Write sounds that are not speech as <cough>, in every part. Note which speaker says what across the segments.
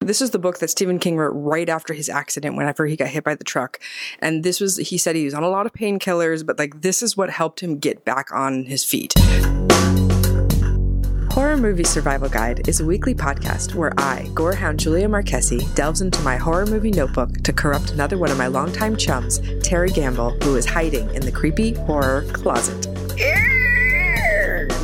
Speaker 1: This is the book that Stephen King wrote right after his accident, whenever he got hit by the truck. And this was, he said he was on a lot of painkillers, but like this is what helped him get back on his feet. Horror Movie Survival Guide is a weekly podcast where I, gorehound Julia Marquesi, delves into my horror movie notebook to corrupt another one of my longtime chums, Terry Gamble, who is hiding in the creepy horror closet.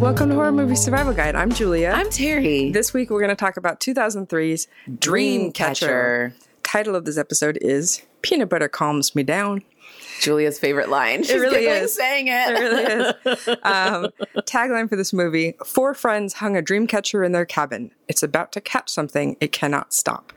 Speaker 1: Welcome to Horror Movie Survival Guide. I'm Julia.
Speaker 2: I'm Terry.
Speaker 1: this week we're going to talk about 2003's Dreamcatcher. Title of this episode is Peanut Butter Calms Me Down.
Speaker 2: Julia's favorite line. She's
Speaker 1: really
Speaker 2: giggling
Speaker 1: is.
Speaker 2: saying
Speaker 1: It
Speaker 2: <laughs>
Speaker 1: really is. Um, tagline for this movie Four friends hung a dreamcatcher in their cabin. It's about to catch something, it cannot stop.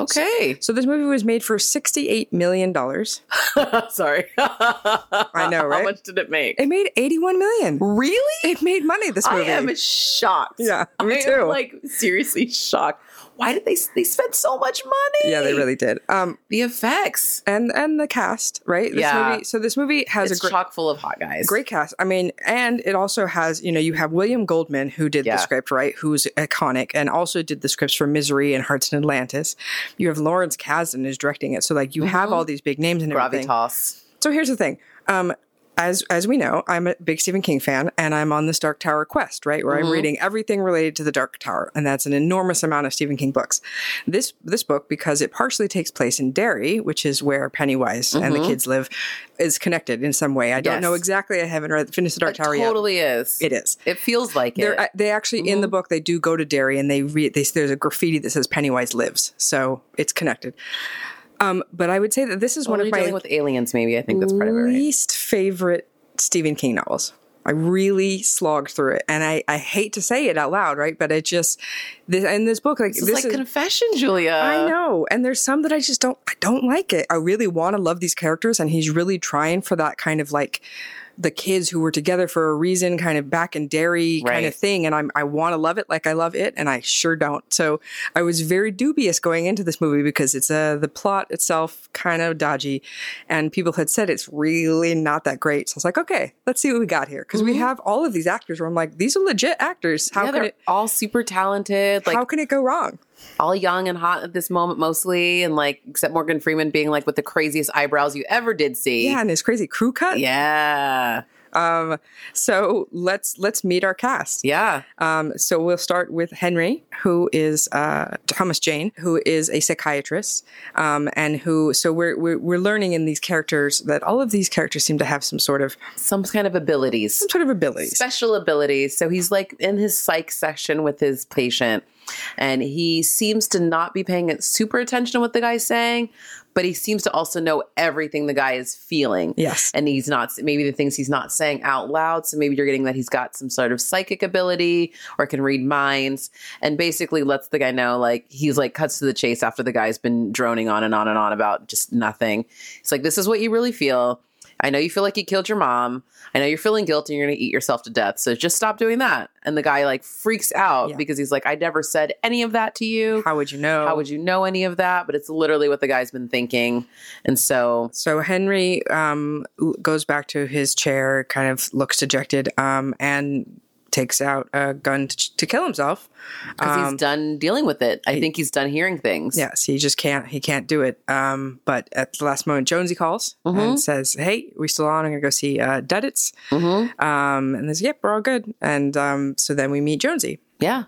Speaker 2: Okay.
Speaker 1: So, this movie was made for $68 million. I
Speaker 2: Sorry. <laughs>
Speaker 1: know,
Speaker 2: How
Speaker 1: right?
Speaker 2: much did it make?
Speaker 1: It made $81 million.
Speaker 2: Really?
Speaker 1: It made money, this
Speaker 2: I
Speaker 1: movie.
Speaker 2: am shocked.
Speaker 1: Yeah, me
Speaker 2: I am,
Speaker 1: too.
Speaker 2: like seriously shocked. Why did they they spend so much money?
Speaker 1: yeah, they really did. Um,
Speaker 2: the effects.
Speaker 1: and and the cast, right? This
Speaker 2: Yeah.
Speaker 1: movie, so this movie has
Speaker 2: It's
Speaker 1: a great
Speaker 2: chock full of hot guys.
Speaker 1: great cast. I mean, and it also has, you know, you have William Goldman who did
Speaker 2: Yeah.
Speaker 1: the script, right? Who's iconic and also did the scripts for Misery and Hearts in Atlantis. You have Lawrence Kasdan is directing it. So like you
Speaker 2: Mm-hmm.
Speaker 1: have all these big names and everything.
Speaker 2: gravitas.
Speaker 1: So here's the thing. Um as as we know, I'm a big Stephen King fan and I'm on this Dark Tower quest, right? Where
Speaker 2: Mm-hmm.
Speaker 1: I'm reading everything related to the Dark Tower, and that's an enormous amount of Stephen King books. This this book because it partially takes place in Derry, which is where Pennywise and the kids live, is connected in some way. I don't
Speaker 2: Mm-hmm. Yes.
Speaker 1: know exactly. I haven't read finished the Dark Tower yet.
Speaker 2: Totally is.
Speaker 1: It is.
Speaker 2: It feels like it.
Speaker 1: They're, uh, they actually in
Speaker 2: Mm-hmm.
Speaker 1: the book they do go to Derry and they read. They, there's a graffiti that says Pennywise lives, so it's connected. Um, but I would say that this is one
Speaker 2: Only
Speaker 1: of my
Speaker 2: Oh,
Speaker 1: Mm,
Speaker 2: dealing with aliens. Maybe I think that's part of it. Right?
Speaker 1: least favorite Stephen King novels. I really slogged through it, and I, I hate to say it out loud, right? But it just this in this book, like
Speaker 2: It's
Speaker 1: this
Speaker 2: like
Speaker 1: is.
Speaker 2: confession, Julia.
Speaker 1: I know, and there's some that I just don't. I don't like it. I really want to love these characters, and he's really trying for that kind of like the kids who were together for a reason, kind of back in dairy kind
Speaker 2: Right.
Speaker 1: of thing. And I'm I want to love it like I love it, and I sure don't. So I was very dubious going into this movie because it's uh, the plot itself kind of dodgy, and people had said it's really not that great. So I was like, okay, let's see what we got here because we have all of these actors where I'm like, these are legit actors. How
Speaker 2: Mm-hmm. yeah,
Speaker 1: can
Speaker 2: they're
Speaker 1: it?
Speaker 2: all super talented. Like
Speaker 1: how can it go wrong?
Speaker 2: all young and hot at this moment, mostly, and like except Morgan Freeman being like with the craziest eyebrows you ever did see.
Speaker 1: Yeah, and his crazy crew cut.
Speaker 2: Yeah.
Speaker 1: Um, so let's let's meet our cast.
Speaker 2: Yeah.
Speaker 1: Um, so we'll start with Henry, who is uh, Thomas Jane, who is a psychiatrist, um, and who. So we're, we're we're learning in these characters that all of these characters seem to have some sort of
Speaker 2: Some kind of abilities.
Speaker 1: some sort of abilities.
Speaker 2: special abilities. So he's like in his psych session with his patient, and he seems to not be paying it super attention to what the guy's saying, but he seems to also know everything the guy is feeling.
Speaker 1: Yes.
Speaker 2: And he's not, maybe the things he's not saying out loud. So maybe you're getting that he's got some sort of psychic ability or can read minds and basically lets the guy know, like, he's like cuts to the chase after the guy's been droning on and on and on about just nothing. It's like, this is what you really feel. I know you feel like you killed your mom. I know you're feeling guilty and you're going to eat yourself to death. So just stop doing that. And the guy like freaks out
Speaker 1: Yeah.
Speaker 2: because he's like, I never said any of that to you.
Speaker 1: How would you know?
Speaker 2: How would you know any of that? But it's literally what the guy's been thinking. And so
Speaker 1: So Henry um, l- goes back to his chair, kind of looks dejected, um, and takes out a gun to, to kill himself. Um,
Speaker 2: because he's done dealing with it. I think he's done hearing things.
Speaker 1: Yes, he just can't. He can't do it. Um, but at the last moment, Jonesy calls
Speaker 2: Mm-hmm.
Speaker 1: and says, "Hey, we still on? I'm gonna go see uh, Duddits."
Speaker 2: Mm-hmm.
Speaker 1: Um, and they say, "Yep, we're all good." And um, so then we meet Jonesy.
Speaker 2: Yeah.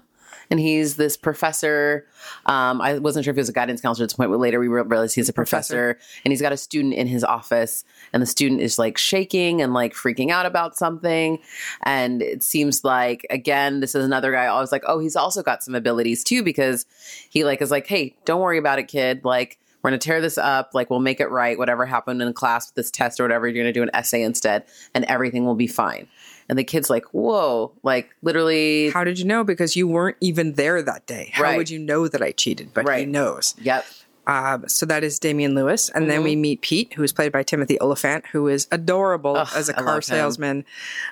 Speaker 2: And he's this professor. Um, I wasn't sure if he was a guidance counselor at this point, but later we re- realized he's a professor, And he's got a student in his office. And the student is like shaking and like freaking out about something. And it seems like, again, this is another guy. I was like, oh, he's also got some abilities too, because he like is like, hey, don't worry about it, kid. Like, we're going to tear this up. Like, we'll make it right. Whatever happened in class with this test or whatever, you're going to do an essay instead, and everything will be fine. And the kid's like, whoa, like literally.
Speaker 1: How did you know? Because you weren't even there that day. How
Speaker 2: Right.
Speaker 1: would you know that I cheated? But he
Speaker 2: Right.
Speaker 1: knows.
Speaker 2: Yep.
Speaker 1: Um, so that is Damian Lewis. And then
Speaker 2: Mm-hmm.
Speaker 1: we meet Pete, who is played by Timothy Oliphant, who is adorable
Speaker 2: Ugh,
Speaker 1: as a
Speaker 2: I
Speaker 1: car
Speaker 2: love him.
Speaker 1: salesman.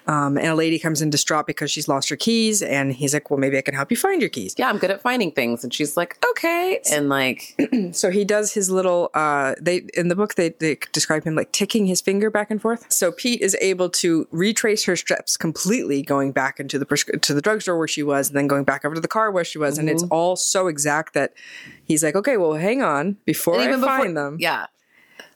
Speaker 1: Um, and a lady comes in distraught because she's lost her keys. And he's like, Well, maybe I can help you find your keys.
Speaker 2: Yeah, I'm good at finding things. And she's like, okay. And like,
Speaker 1: So he does his little, uh, they in the book, they, they describe him like ticking his finger back and forth. So Pete is able to retrace her steps completely, going back into the prescri- to the drugstore where she was and then going back over to the car where she was. And
Speaker 2: Mm-hmm.
Speaker 1: it's all so exact that he's like, Okay, well, hang on. Before I
Speaker 2: even before-
Speaker 1: find them,
Speaker 2: yeah.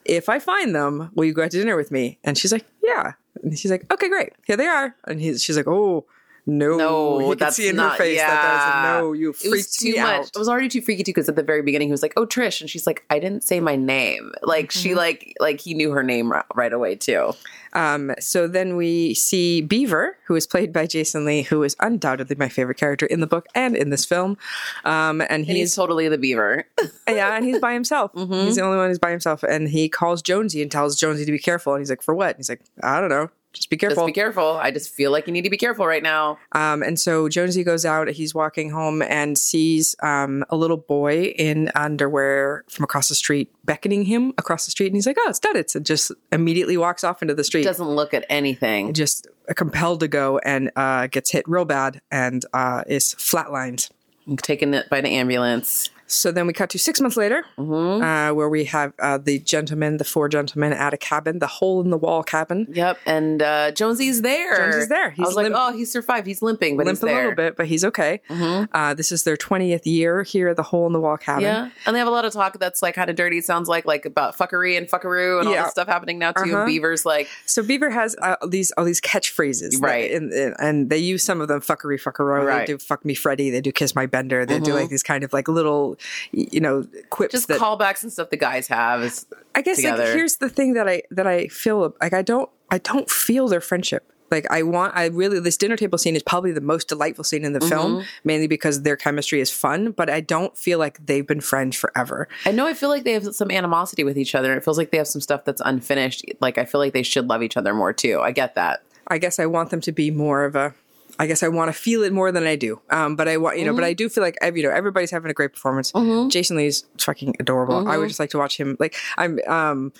Speaker 1: if I find them, will you go out to dinner with me? And she's like, yeah. And she's like, okay, great. Here they are. And he's, she's like, oh, no.
Speaker 2: No,
Speaker 1: he could
Speaker 2: that's
Speaker 1: see in
Speaker 2: not,
Speaker 1: her face that
Speaker 2: yeah.
Speaker 1: that's a no. You
Speaker 2: It
Speaker 1: freaked
Speaker 2: was too
Speaker 1: me
Speaker 2: much.
Speaker 1: out.
Speaker 2: It was already too freaky too because at the very beginning he was like, "Oh, Trish," and she's like, "I didn't say my name." Like she like like he knew her name ri- right away too.
Speaker 1: Um, so then we see Beaver, who is played by Jason Lee, who is undoubtedly my favorite character in the book and in this film. Um, and
Speaker 2: And he's
Speaker 1: he's,
Speaker 2: totally the beaver.
Speaker 1: yeah, and he's Mm-hmm. by himself. He's the only one who's by himself. And he calls Jonesy and tells Jonesy to be careful. And he's like, for what? And he's like, I don't know. Just be
Speaker 2: Just
Speaker 1: careful.
Speaker 2: be careful. I just feel like you need to be careful right now.
Speaker 1: Um, and so Jonesy goes out. He's walking home and sees um, a little boy in underwear from across the street beckoning him across the street. And he's like, "Oh, it's Duddits!" and just immediately walks off into the street,
Speaker 2: Doesn't look at anything.
Speaker 1: just compelled to go and uh, gets hit real bad and uh, is flatlined.
Speaker 2: Taken it by an ambulance.
Speaker 1: So then we cut to six months later,
Speaker 2: Mm-hmm.
Speaker 1: uh, where we have uh, the gentlemen, the four gentlemen, at a cabin, the hole in the wall cabin.
Speaker 2: Yep. And uh, Jonesy's there.
Speaker 1: Jonesy's there.
Speaker 2: I
Speaker 1: He's
Speaker 2: was
Speaker 1: limp-
Speaker 2: like, oh, he survived. He's limping, but
Speaker 1: Limp
Speaker 2: he's
Speaker 1: a
Speaker 2: there. Mm-hmm.
Speaker 1: little bit, but he's okay. Uh, this is their 20th year here at the hole in the wall cabin.
Speaker 2: Yeah. And they have a lot of talk that's like kind of dirty. It sounds like like about fuckery and fuckaroo and all
Speaker 1: Yeah.
Speaker 2: this stuff happening now too.
Speaker 1: Uh-huh.
Speaker 2: And Beaver's like,
Speaker 1: So Beaver has uh, these all these catchphrases, that-
Speaker 2: Right.
Speaker 1: and, and, and they use some of them: "fuckery, fuckero." They
Speaker 2: Right. Mm-hmm.
Speaker 1: do "fuck me, Freddy." They do "kiss my Bender." They do like these kind of like little, y- you know, quips.
Speaker 2: just
Speaker 1: that
Speaker 2: callbacks and stuff the guys have. It's-
Speaker 1: I guess like
Speaker 2: together.
Speaker 1: here's the thing that I that I feel like I don't I don't feel their friendship. Like I want, I really this dinner table scene is probably the most delightful scene
Speaker 2: Mm-hmm.
Speaker 1: in the film, mainly because their chemistry is fun. But I don't feel like they've been friends forever.
Speaker 2: I know I feel like they have some animosity with each other. It feels like they have some stuff that's unfinished. Like I feel like they should love each other more too. I get that.
Speaker 1: I guess I want them to be more of a. I guess I want to feel it more than I do. Um, but I want you know,
Speaker 2: Mm-hmm.
Speaker 1: but I do feel like ev- you know everybody's having a great performance. Jason Lee's fucking adorable. I
Speaker 2: Mm-hmm.
Speaker 1: would just like to watch him. Like I'm, um,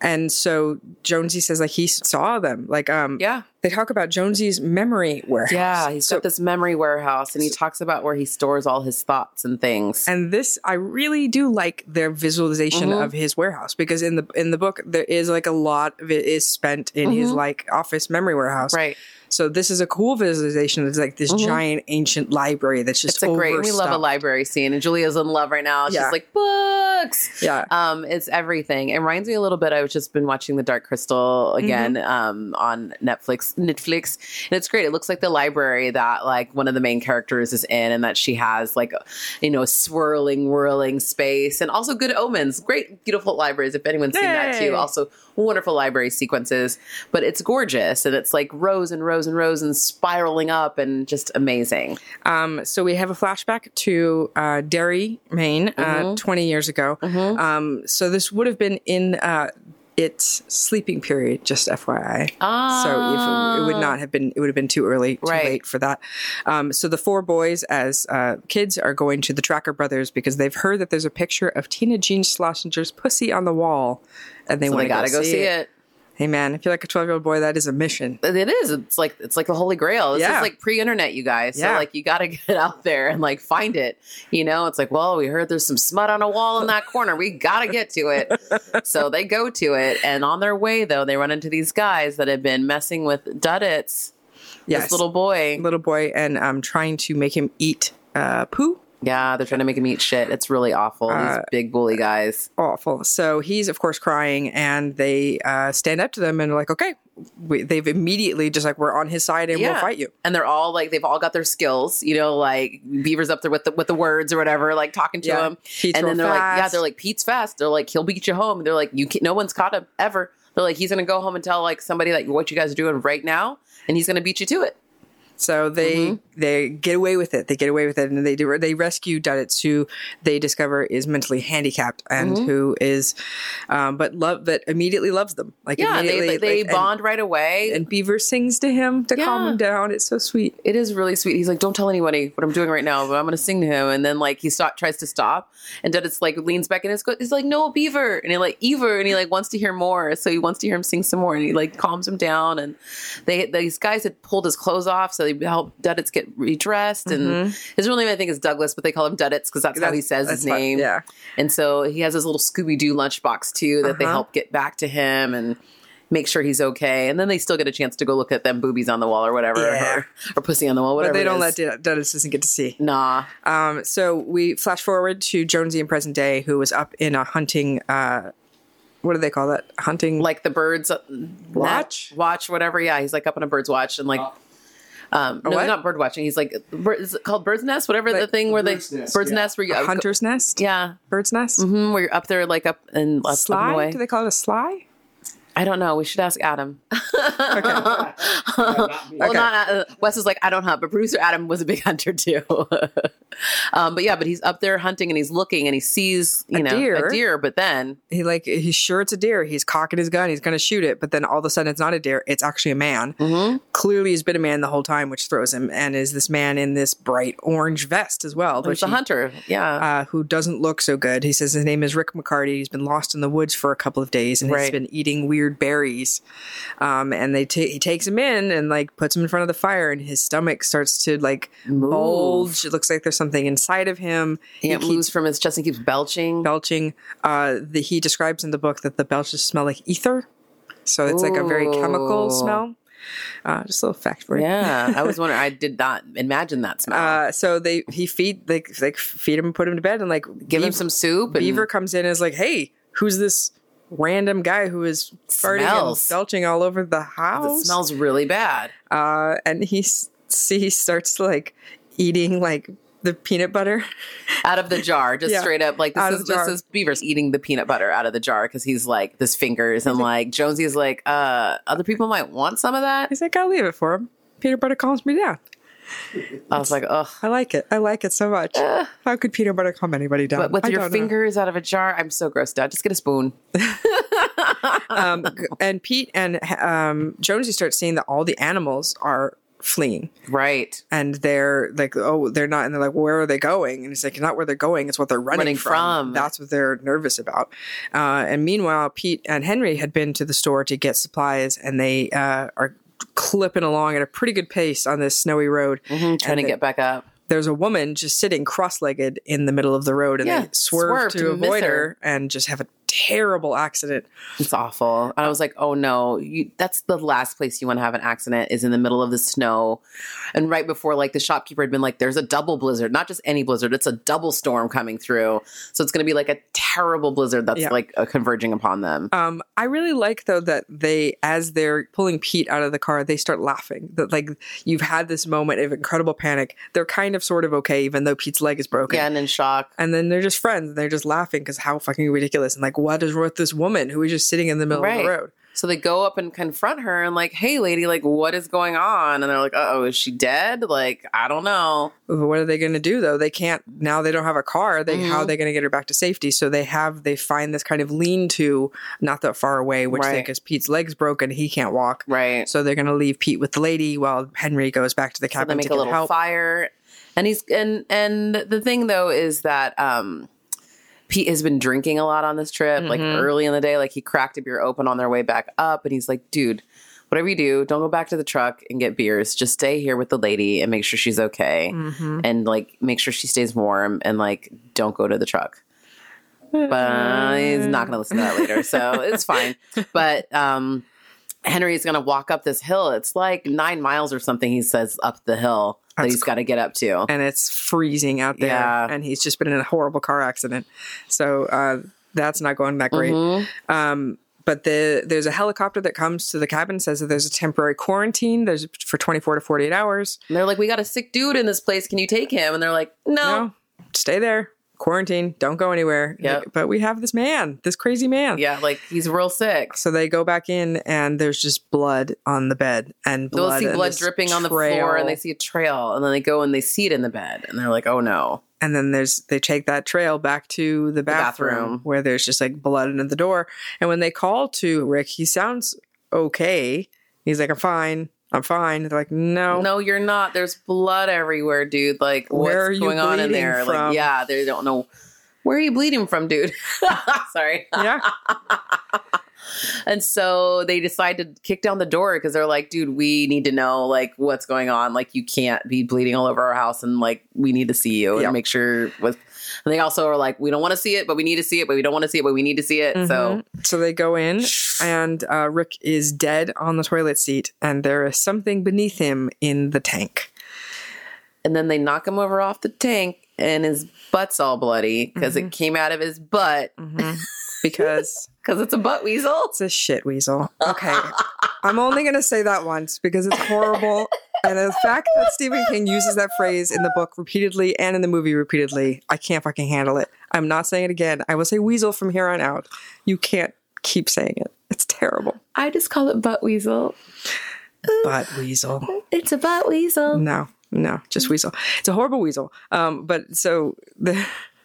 Speaker 1: and so Jonesy says like he saw them. Like um,
Speaker 2: Yeah.
Speaker 1: they talk about Jonesy's memory warehouse.
Speaker 2: Yeah, he's got this memory warehouse and he talks about where he stores all his thoughts and things.
Speaker 1: and this I really do like their visualization
Speaker 2: Mm-hmm.
Speaker 1: of his warehouse because in the in the book there is like a lot of it is spent in his like office memory warehouse.
Speaker 2: Mm-hmm. right. Mm-hmm.
Speaker 1: So this is a cool visualization. It's like this giant ancient library that's just
Speaker 2: It's a great we love a
Speaker 1: overstuffed.
Speaker 2: library scene and Julia's in love right now. She's
Speaker 1: Yeah.
Speaker 2: like, books.
Speaker 1: Yeah.
Speaker 2: Um, it's everything. It reminds me a little bit. I've just been watching The Dark Crystal again
Speaker 1: Mm-hmm.
Speaker 2: um, on Netflix. Netflix, and it's great. It looks like the library that like one of the main characters is in, and that she has like you know swirling, whirling space, and also Good Omens. Great, beautiful libraries. If anyone's seen that
Speaker 1: Yay.
Speaker 2: too, also wonderful library sequences. But it's gorgeous, and it's like rows and rows and rows and spiraling up, and just amazing.
Speaker 1: Um, so we have a flashback to uh, Derry, Maine,
Speaker 2: Mm-hmm.
Speaker 1: uh, 20 years ago. Um, so this would have been in uh, its sleeping period, just FYI. So if it, it would not have been, it would have been too early, too
Speaker 2: Ah. Right.
Speaker 1: late for that. Um, so the four boys, as uh, kids, are going to the Tracker Brothers because they've heard that there's a picture of Tina Jean Schlosinger's pussy on the wall, and they
Speaker 2: So
Speaker 1: want
Speaker 2: they
Speaker 1: to
Speaker 2: gotta go see
Speaker 1: it.
Speaker 2: it.
Speaker 1: Hey man, if you're like a 12 year old boy, that is a mission.
Speaker 2: it is. It's like it's like the holy grail. This
Speaker 1: Yeah.
Speaker 2: is like pre-internet, you guys.
Speaker 1: Yeah.
Speaker 2: So like you got to <laughs> get out there and like find it. You know, it's like, well, we heard there's some smut on a wall in that corner. We got to get to it. so they go to it, and on their way though, they run into these guys that have been messing with Duddits,
Speaker 1: Yes,
Speaker 2: this little boy.
Speaker 1: little boy, and um, trying to make him eat uh, poo.
Speaker 2: Yeah, they're trying to make him eat shit. It's really awful.
Speaker 1: Uh,
Speaker 2: these big bully guys.
Speaker 1: Awful. So he's of course crying, and they uh, stand up to them and are like, okay, we, they've immediately just like we're on his side and we'll fight you.
Speaker 2: And they're all like they've all got their skills, you know, like Beaver's up there with the with the words or whatever, like talking to
Speaker 1: Yeah.
Speaker 2: him.
Speaker 1: Pete's
Speaker 2: and
Speaker 1: real
Speaker 2: then they're like, yeah,
Speaker 1: fast.
Speaker 2: they're like Pete's fast. They're like he'll beat you home. They're like you can no one's caught him ever. They're like he's gonna go home and tell like somebody like what you guys are doing right now, and he's gonna beat you to it.
Speaker 1: So they
Speaker 2: Mm-hmm.
Speaker 1: they get away with it. They get away with it, and they do. They rescue Duddits, who they discover is mentally handicapped and
Speaker 2: Mm-hmm.
Speaker 1: who is, um, but love that immediately loves them. Like
Speaker 2: Yeah, they,
Speaker 1: immediately,
Speaker 2: they, they
Speaker 1: like, and-
Speaker 2: bond right away.
Speaker 1: And, Beaver sings to him to calm
Speaker 2: Yeah.
Speaker 1: him down. It's so sweet.
Speaker 2: it is really sweet. He's like, "Don't tell anybody what I'm doing right now, but I'm going to sing to him." And then like he stop, tries to stop, and Duddits like leans back and is go- he's like, "No, Beaver," and he like Ever, and he like wants to hear more, so he wants to hear him sing some more, and he like calms him down. And they these guys had pulled his clothes off, so they helped Duddits get redressed. And his real name I think is Douglas, but they call him Duddits because that's, how he
Speaker 1: Mm-hmm. That's-
Speaker 2: says his
Speaker 1: that's fun.
Speaker 2: name.
Speaker 1: Yeah.
Speaker 2: And so he has his little Scooby Doo lunchbox too that they
Speaker 1: Uh-huh.
Speaker 2: help get back to him and make sure he's okay. And then they still get a chance to go look at them boobies on the wall or whatever,
Speaker 1: Yeah.
Speaker 2: or, or pussy on the wall, whatever.
Speaker 1: But they
Speaker 2: it
Speaker 1: don't
Speaker 2: is.
Speaker 1: let Dud- Duddits doesn't get to see.
Speaker 2: Nah.
Speaker 1: Um, so we flash forward to Jonesy in present day, who was up in a hunting. Uh, what do they call that? Hunting.
Speaker 2: Like the birds uh,
Speaker 1: Watch? Uh,
Speaker 2: net- watch, whatever. Yeah, he's like up on a bird's watch and like. Um, no,
Speaker 1: what?
Speaker 2: not bird watching. He's like, bird, is it called bird's nest? Whatever the
Speaker 1: Like-
Speaker 2: thing where they
Speaker 3: Bird's nest,
Speaker 2: bird's
Speaker 3: yeah.
Speaker 2: nest where you uh,
Speaker 1: a hunter's nest.
Speaker 2: yeah,
Speaker 1: Bird's nest.
Speaker 2: hmm, where you're up there like up and up, up and
Speaker 1: Sly.
Speaker 2: away.
Speaker 1: Do they call it a sly?
Speaker 2: I don't know. We should ask Adam.
Speaker 3: Not me.
Speaker 2: Well,
Speaker 1: Okay.
Speaker 2: not uh, Wes is like I don't hunt, but producer Adam was a big <laughs> hunter too. um, but yeah, but he's up there hunting and he's looking and he sees you
Speaker 1: A
Speaker 2: know
Speaker 1: deer.
Speaker 2: a deer, but then
Speaker 1: He like he's sure it's a deer. He's cocking his gun. He's gonna shoot it, but then all of a sudden it's not a deer. It's actually a man.
Speaker 2: Mm-hmm.
Speaker 1: Clearly, he's been a man the whole time, which throws him. And is this man in this bright orange vest as well? which
Speaker 2: there's a
Speaker 1: he-
Speaker 2: hunter. Yeah,
Speaker 1: uh, who doesn't look so good. He says his name is Rick McCarty. He's been lost in the woods for a couple of days and he's
Speaker 2: Right.
Speaker 1: been eating weird berries. Um, and they ta he takes him in and like puts him in front of the fire, and his stomach starts to like bulge. It looks like there's something inside of him.
Speaker 2: he
Speaker 1: he
Speaker 2: can't
Speaker 1: keeps
Speaker 2: lose from his chest and keeps belching.
Speaker 1: belching. Uh, the, he describes in the book that the belches smell like ether, so it's like a very chemical
Speaker 2: Ooh.
Speaker 1: smell. Uh, just a little fact for you.
Speaker 2: yeah,
Speaker 1: <laughs>
Speaker 2: I was wondering. I did not imagine that smell.
Speaker 1: Uh, so they he feed they like feed him and put him to bed and like
Speaker 2: Give him
Speaker 1: leave-
Speaker 2: some soup. And,
Speaker 1: Beaver comes in and is like, "Hey, who's this random guy who is farting and
Speaker 2: Smells.
Speaker 1: belching all over the
Speaker 2: It
Speaker 1: house?"
Speaker 2: smells really bad.
Speaker 1: Uh, and he s- see he starts like eating like the peanut butter. <laughs>
Speaker 2: Out of the jar, just
Speaker 1: Yeah.
Speaker 2: straight up like
Speaker 1: Out
Speaker 2: this
Speaker 1: of
Speaker 2: is
Speaker 1: the
Speaker 2: this
Speaker 1: jar.
Speaker 2: is Beaver's eating the peanut butter out of the jar because he's like this fingers and like Jonesy's like uh other people might want some of that.
Speaker 1: He's like, "I'll leave it for him." Peanut butter calms me down.
Speaker 2: I was like, ugh.
Speaker 1: I like it. I like it so much. How could peanut butter calm anybody down?
Speaker 2: But with
Speaker 1: I
Speaker 2: your
Speaker 1: don't know.
Speaker 2: fingers out of a jar, I'm so grossed out. Just get a spoon.
Speaker 1: Um, g- and Pete and um, Jonesy start seeing that all the animals are fleeing.
Speaker 2: Right.
Speaker 1: and they're like, oh, they're not, and they're like, where are they going? And it's like, not where they're going; it's what they're running,
Speaker 2: Running
Speaker 1: from.
Speaker 2: from.
Speaker 1: That's what they're nervous about. Uh, and meanwhile, Pete and Henry had been to the store to get supplies, and they uh, are clipping along at a pretty good pace on this snowy road.
Speaker 2: I'm trying to Mm-hmm. get back up.
Speaker 1: There's a woman just sitting cross-legged in the middle of the road, and
Speaker 2: Yeah,
Speaker 1: they swerve
Speaker 2: swerve
Speaker 1: to,
Speaker 2: to miss
Speaker 1: avoid her
Speaker 2: her.
Speaker 1: and just have a terrible accident.
Speaker 2: It's awful. And I was like, oh no, you, that's the last place you want to have an accident is in the middle of the snow. And right before, like, the shopkeeper had been like, there's a double blizzard, not just any blizzard, it's a double storm coming through. So it's going to be like a terrible blizzard that's
Speaker 1: Yeah.
Speaker 2: like uh, converging upon them.
Speaker 1: Um, I really like though that they, as they're pulling Pete out of the car, they start laughing. That like you've had this moment of incredible panic. They're kind of sort of okay, even though Pete's leg is broken.
Speaker 2: Yeah, and in shock.
Speaker 1: And then they're just friends. And they're just laughing because how fucking ridiculous. And like, what is wrong with this woman who is just sitting in the middle of
Speaker 2: Right.
Speaker 1: the road?
Speaker 2: So they go up and confront her and, like, hey, lady, like, what is going on? And they're like, uh oh, is she dead? Like, I don't know.
Speaker 1: What are they going to do though? They can't now. They don't have a car. They
Speaker 2: Mm-hmm.
Speaker 1: how are they going to get her back to safety? So they have they find this kind of lean to not that far away, which
Speaker 2: Right.
Speaker 1: because Pete's leg's broken, he can't walk.
Speaker 2: Right.
Speaker 1: So they're going to leave Pete with the lady while Henry goes back to the cabin
Speaker 2: they make
Speaker 1: to
Speaker 2: a
Speaker 1: get
Speaker 2: little
Speaker 1: help.
Speaker 2: fire and he's and and the thing though is that um Pete has been drinking a lot on this trip, like early in the day. Like he cracked a beer open on their way back up, and he's like, dude, whatever you do, don't go back to the truck and get beers. Just stay here with the lady and make sure she's okay. And like make sure she stays warm and like don't go to the truck. But he's not gonna listen to that
Speaker 1: <laughs>
Speaker 2: later. So it's fine. But um Henry's gonna walk up this hill. It's like nine miles or something, he says, up the hill that he's gotta get up to.
Speaker 1: and it's freezing out there
Speaker 2: Yeah.
Speaker 1: and he's just been in a horrible car accident so uh, that's not going that great
Speaker 2: Mm-hmm.
Speaker 1: um, but the, there's a helicopter that comes to the cabin says that there's a temporary quarantine there's for 24 to 48 hours
Speaker 2: And they're like, We got a sick dude in this place. Can you take him? And they're like, No.
Speaker 1: no stay there quarantine, don't go anywhere.
Speaker 2: Yep.
Speaker 1: Like, but we have this man, this crazy man.
Speaker 2: Yeah, like he's real sick.
Speaker 1: So they go back in, and there's just blood on the bed, and blood
Speaker 2: They'll see
Speaker 1: and
Speaker 2: blood
Speaker 1: this
Speaker 2: dripping on the
Speaker 1: trail.
Speaker 2: floor and they see a trail and then they go and they see it in the bed and they're like, oh no.
Speaker 1: and then there's they take that trail back to the bathroom,
Speaker 2: bathroom.
Speaker 1: where there's just like blood under the door. And when they call to Rick, he sounds okay. He's like, "I'm fine, I'm fine." They're like, "No,
Speaker 2: No, you're not. There's blood everywhere, dude. Like what's
Speaker 1: Where are you
Speaker 2: going on in
Speaker 1: bleeding
Speaker 2: there?
Speaker 1: from?
Speaker 2: Like, yeah, they don't know. Where are you bleeding from, dude? <laughs> Sorry.
Speaker 1: <laughs> <laughs> yeah,
Speaker 2: And so they decide to kick down the door because they're like, dude, we need to know like what's going on. Like you can't be bleeding all over our house and like we need to see you
Speaker 1: Yeah.
Speaker 2: and make sure with and they also are like, we don't want to see it, but we need to see it, but we don't want to see it, but we need to see it. So
Speaker 1: Mhm. so they go in, <sighs> and uh, Rick is dead on the toilet seat, and there is something beneath him in the tank.
Speaker 2: and then they knock him over off the tank and his butt's all bloody because
Speaker 1: Mm-hmm.
Speaker 2: it came out of his butt
Speaker 1: <laughs> Because
Speaker 2: because it's a butt weasel.
Speaker 1: it's a shit weasel. Okay. <laughs> I'm only going to say that once because it's horrible. And the fact that Stephen King uses that phrase in the book repeatedly and in the movie repeatedly, I can't fucking handle it. I'm not saying it again. I will say weasel from here on out. You can't keep saying it. It's terrible.
Speaker 2: I just call it butt weasel.
Speaker 1: But weasel.
Speaker 2: It's a butt weasel.
Speaker 1: No, no, just weasel. It's a horrible weasel. Um, but so the. <laughs>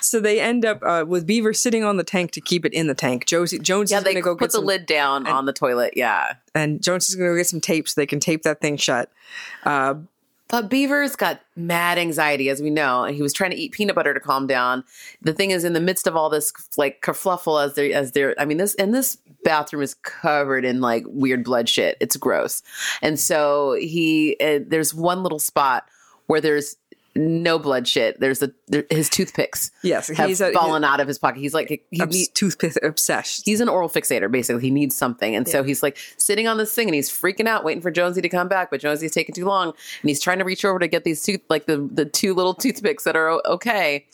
Speaker 1: So they end up uh, with Beaver sitting on the tank to keep it in the tank. Josie Jones
Speaker 2: Yeah,
Speaker 1: is
Speaker 2: they
Speaker 1: going to go
Speaker 2: put
Speaker 1: get
Speaker 2: the
Speaker 1: some
Speaker 2: lid down on the toilet. Yeah.
Speaker 1: and Jones is going to go get some tape so they can tape that thing shut.
Speaker 2: But Beaver's got mad anxiety, as we know, and he was trying to eat peanut butter to calm down. The thing is, in the midst of all this, like kerfluffle, as they're as they're, I mean, this and this bathroom is covered in like weird blood shit. It's gross, and so he uh, there's one little spot where there's no blood shit. There's a there, his toothpicks
Speaker 1: Yes,
Speaker 2: have
Speaker 1: he's a,
Speaker 2: fallen out of his pocket. He's like he,
Speaker 1: he's obs- toothpick obsessed.
Speaker 2: he's an oral fixator basically he needs something and so he's like sitting on this thing and he's freaking out waiting for jonesy to come back but jonesy's taking too long and he's trying to reach over to get these tooth like the, the two little toothpicks that are o- okay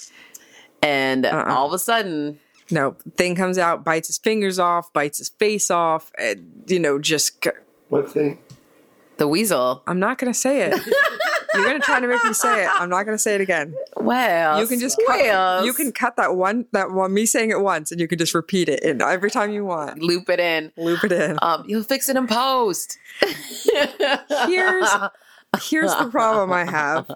Speaker 2: and
Speaker 1: Uh-uh.
Speaker 2: all of a sudden
Speaker 1: No, thing comes out, bites his fingers off, bites his face off. And, you know, just c-
Speaker 3: What thing?
Speaker 2: the weasel
Speaker 1: I'm not going to say
Speaker 2: <laughs>
Speaker 1: it. You're going to try to make me say it. I'm not going to say it again.
Speaker 2: well
Speaker 1: You can just cut, you can cut that one that one me saying it once, and you can just repeat it in every time you want.
Speaker 2: loop it in
Speaker 1: Loop it in.
Speaker 2: um, you'll fix it in post
Speaker 1: here's here's the problem I have.